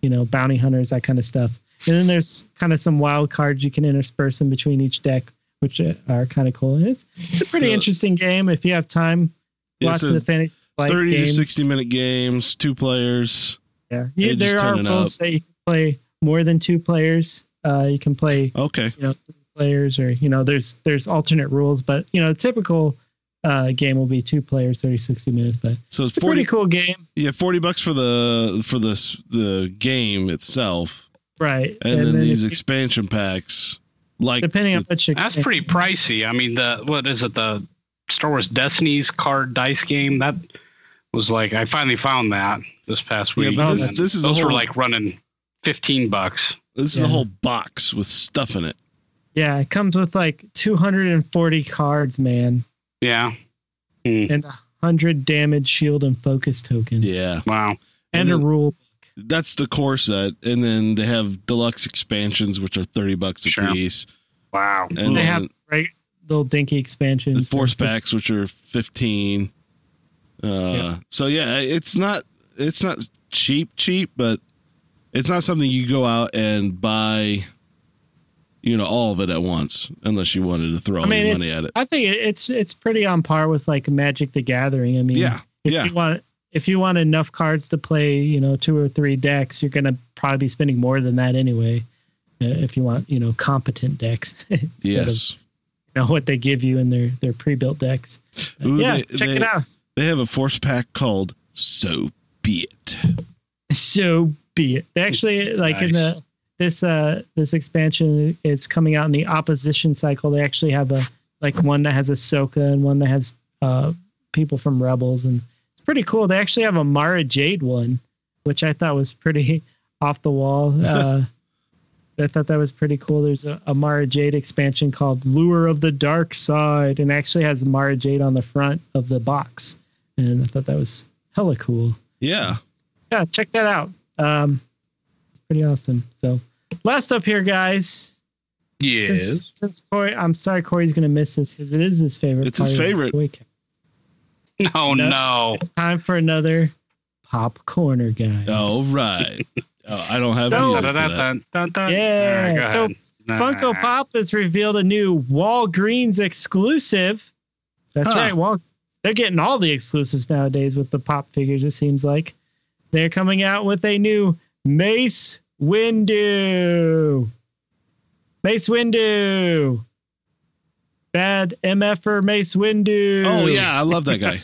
S1: you know bounty hunters, that kind of stuff. And then there's kind of some wild cards you can intersperse in between each deck, which uh, are kind of cool. And it's it's a pretty
S3: So-
S1: interesting game if you have time.
S3: Yeah,
S1: Lots
S3: so
S1: of the fantasy like
S3: Thirty to
S1: games.
S3: sixty minute games, two players.
S1: Yeah,
S3: They
S1: you,
S3: just
S1: there are
S3: turn it
S1: rules that you can play more than two players. Uh, you can play
S3: Okay,
S1: players, or you know, there's there's alternate rules, but you know, the typical uh, game will be two players, 30, 60 minutes. But
S3: so it's
S1: it's a
S3: forty.
S1: pretty cool game,
S3: Yeah, forty bucks for the for this the game itself,
S1: right?
S3: and, then, these
S1: if you-
S3: expansion packs. Like
S1: depending on which
S4: That's
S1: expansion-
S4: pretty pricey. I mean, the what is it? The Star Wars Destiny's card dice game that was like I finally found that this past
S3: Yeah,
S4: week.
S3: but this-
S4: and
S1: Oh,
S3: this is a
S4: those were
S3: whole-
S4: like running fifteen bucks.
S3: this is a
S1: yeah.
S3: whole box with stuff in it.
S1: Yeah, it comes with like 240 cards, man,
S4: Yeah.
S1: and 100 damage shield and focus tokens,
S3: Yeah,
S4: Wow.
S1: and a
S3: and then-
S1: rule.
S3: that's the core set, and then they have deluxe expansions, which are thirty bucks a
S4: Sure.
S3: piece,
S4: Wow.
S3: and
S1: they have
S3: then
S1: right little dinky
S3: the
S1: expansions. for
S3: force packs, which are fifteen. Uh,
S1: Yeah.
S3: So yeah, it's not it's not cheap, cheap, but it's not something you go out and buy, you know, all of it at once, unless you wanted to throw
S1: I mean,
S3: all your
S1: it-
S3: money at it.
S1: I think it- it's it's pretty on par with like Magic the Gathering. I mean,
S3: Yeah,
S1: if
S3: yeah.
S1: you want if you want enough cards to play, you know, two or three decks, you're gonna probably be spending more than that anyway. uh, If you want, you know, competent decks, instead of,
S3: Yes.
S1: you know what they give you in their their pre-built decks. But
S3: Ooh,
S1: yeah,
S3: they-
S1: check
S3: they-
S1: it out.
S3: They have a force pack called So Be It.
S1: So be it. They actually like in the this uh this expansion is coming out in the opposition cycle. They actually have a like one that has Ahsoka and one that has uh people from Rebels and it's pretty cool. They actually have a Mara Jade one, which I thought was pretty off the wall. Uh, I thought that was pretty cool. There's a, a Mara Jade expansion called Lure of the Dark Side, and it actually has Mara Jade on the front of the box, and I thought that was hella cool.
S3: Yeah.
S1: Yeah, check that out. Um, it's pretty awesome. So, last up here, guys.
S4: Yes.
S1: Since, since Corey, I'm sorry, Corey's gonna miss this because it is his favorite.
S3: It's his
S1: part of the
S3: favorite.
S1: week.
S4: No,
S1: No.
S4: Oh, no.
S1: It's time for another pop corner, guys.
S3: All right. Oh, I don't have
S1: So-
S3: music for that.
S4: Dun, dun, dun.
S1: Yeah,
S4: All right, go
S1: so
S4: ahead.
S1: Funko
S4: Nah.
S1: Pop has revealed a new Walgreens exclusive. That's
S3: Huh.
S1: right. Wal- they're getting all the exclusives nowadays with the pop figures, it seems like. They're coming out with a new Mace Windu. Mace Windu. Bad MFer Mace Windu.
S3: Oh yeah, I love that guy.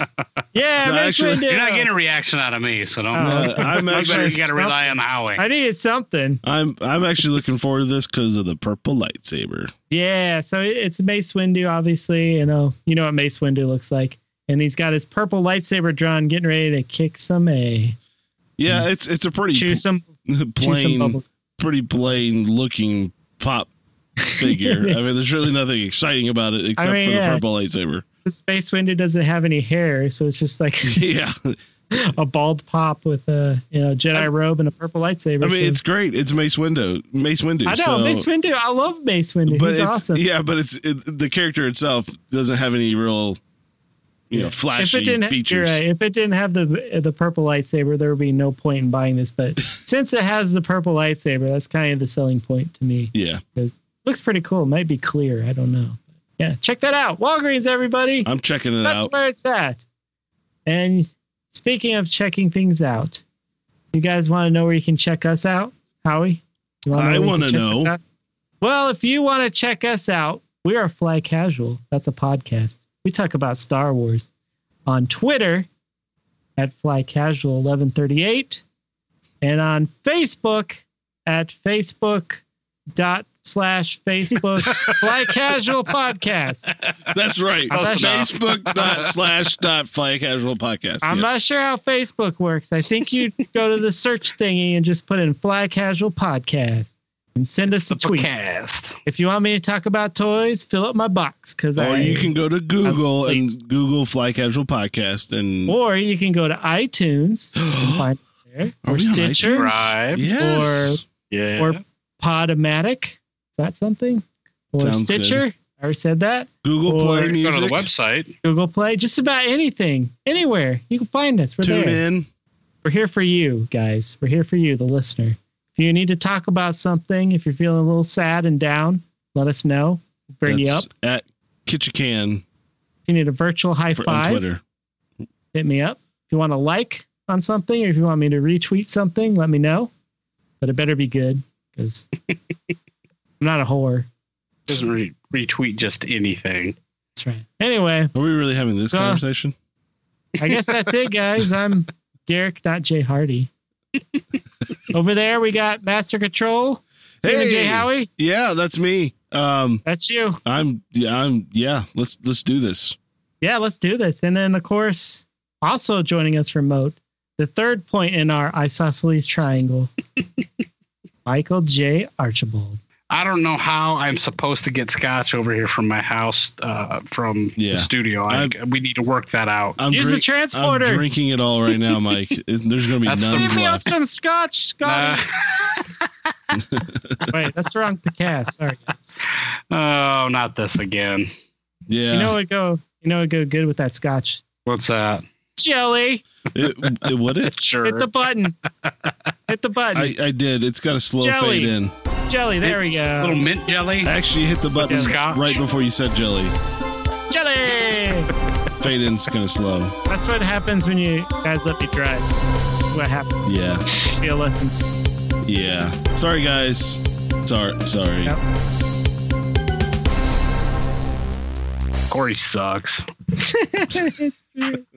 S1: Yeah,
S3: No,
S1: Mace
S3: actually-
S1: Windu.
S4: You're not getting a reaction out of me, so don't.
S1: Oh.
S3: Uh, I'm
S4: you better- you
S3: actually
S4: got to rely on the highway.
S1: I needed something.
S3: I'm I'm actually looking forward to this because of the purple lightsaber.
S1: Yeah, so it- it's Mace Windu, obviously. You know, you know what Mace Windu looks like, and he's got his purple lightsaber drawn, getting ready to kick some a, Mm.
S3: Yeah, it's it's a pretty
S1: chew some,
S3: pl-
S1: chew some
S3: plain,
S1: bubble.
S3: pretty plain looking pop figure. I mean, there's really nothing exciting about it except
S1: mean,
S3: for the
S1: yeah.
S3: purple lightsaber.
S1: This Mace Windu doesn't have any hair, so it's just like
S3: Yeah,
S1: a bald pop with a you know Jedi
S3: I-
S1: robe and a purple lightsaber.
S3: I mean,
S1: so-
S3: it's great. It's Mace Windu. Mace Windu.
S1: I know
S3: so,
S1: Mace Windu. I love Mace Windu.
S3: but
S1: he's
S3: it's
S1: awesome.
S3: yeah, but it's it, the character itself doesn't have any real, you know,
S1: if it
S3: flashy
S1: didn't, you're
S3: features.
S1: right. If it didn't have the the purple lightsaber, there would be no point in buying this. But since it has the purple lightsaber, that's kind of the selling point to me.
S3: Yeah,
S1: It's- looks pretty cool. It might be clear. I don't know. Yeah, check that out. Walgreens, everybody.
S3: I'm checking it
S1: That's
S3: out.
S1: where it's at. And speaking of checking things out, you guys want to know where you can check us out, Howie? You wanna
S3: I
S1: where you can
S3: wanna
S1: check
S3: know.
S1: us out? Well, if you want to check us out, we are Fly Casual. That's a podcast. We talk about Star Wars on Twitter at Fly Casual 1138 and on Facebook at Facebook dot slash Facebook Fly Casual Podcast.
S3: That's right.
S1: I'm not
S4: sure.
S3: Facebook dot slash dot fly casual podcast.
S1: I'm
S3: Yes.
S1: not sure how Facebook works. I think you go to the search thingy and just put in Fly Casual Podcast and send us a tweet.
S4: Supercast.
S1: If you want me to talk about toys, fill up my box because
S3: Or
S1: I.
S3: you can go to Google
S1: I'm-
S3: and Google Fly Casual Podcast and
S1: or you can go to iTunes and find it there,
S3: Are
S1: or
S3: we on
S1: Stitcher,
S3: iTunes?
S4: Right.
S3: yes.
S4: Yeah.
S1: or Podomatic. Is that something? Or
S3: Sounds good.
S1: Stitcher? I already said that.
S3: Google
S1: or-
S3: Play
S4: go to the
S3: Music.
S4: website.
S1: Google Play. Just about anything, anywhere you can find us. We're
S3: Tune
S1: there.
S3: in.
S1: we're here for you guys. We're here for you, the listener. If you need to talk about something, if you're feeling a little sad and down, let us know. We'll bring you up.
S3: That's
S1: If
S3: at Kitchikan
S1: you need a virtual high
S3: for, on
S1: five,
S3: Twitter.
S1: hit me up. If you want to like on something or if you want me to retweet something, let me know. But it better be good because I'm not a whore.
S4: Doesn't re- retweet just anything.
S1: That's right. Anyway,
S3: Are we really having this
S1: Uh,
S3: conversation?
S1: I guess that's it, guys. I'm Garrick, not Jay Hardy. Over there, we got Master Control. Stephen J. Howie,
S3: Yeah, that's me. Um,
S1: that's you.
S3: I'm, yeah, I'm, yeah. Let's let's do this.
S1: yeah, let's do this. And then, of course, also joining us remote, the third point in our isosceles triangle, Michael J. Archibald.
S4: I don't know how I'm supposed to get scotch over here from my house, uh, from
S3: Yeah.
S4: the studio. I, we need to work that out.
S3: I'm,
S1: Use the
S3: drink- I'm
S1: transporter.
S3: drinking it all right now, Mike. It- There's gonna be
S4: That's the
S3: none
S1: Give me up
S3: left.
S1: some scotch, Scotty.
S4: Nah.
S1: Wait, that's the wrong Picasso. Sorry, guys.
S4: Oh, not this again.
S3: Yeah,
S1: You know what go? You know what go good with that scotch?
S4: What's that?
S1: Jelly.
S3: it, it would it.
S4: Sure.
S1: Hit the button. Hit the button.
S3: I, I did. It's got a slow
S1: Jelly.
S3: fade in.
S1: Jelly. There we
S4: little
S1: go.
S4: mint jelly.
S3: I actually hit the button
S4: Scotch.
S3: right before you said jelly.
S1: Jelly.
S3: Fade in's kind of slow.
S1: That's what happens when you guys let me drive. What happens?
S3: Yeah,
S1: Be a lesson.
S3: yeah. Sorry, guys. Sorry, sorry.
S1: Yep.
S4: Corey sucks.
S1: It's true.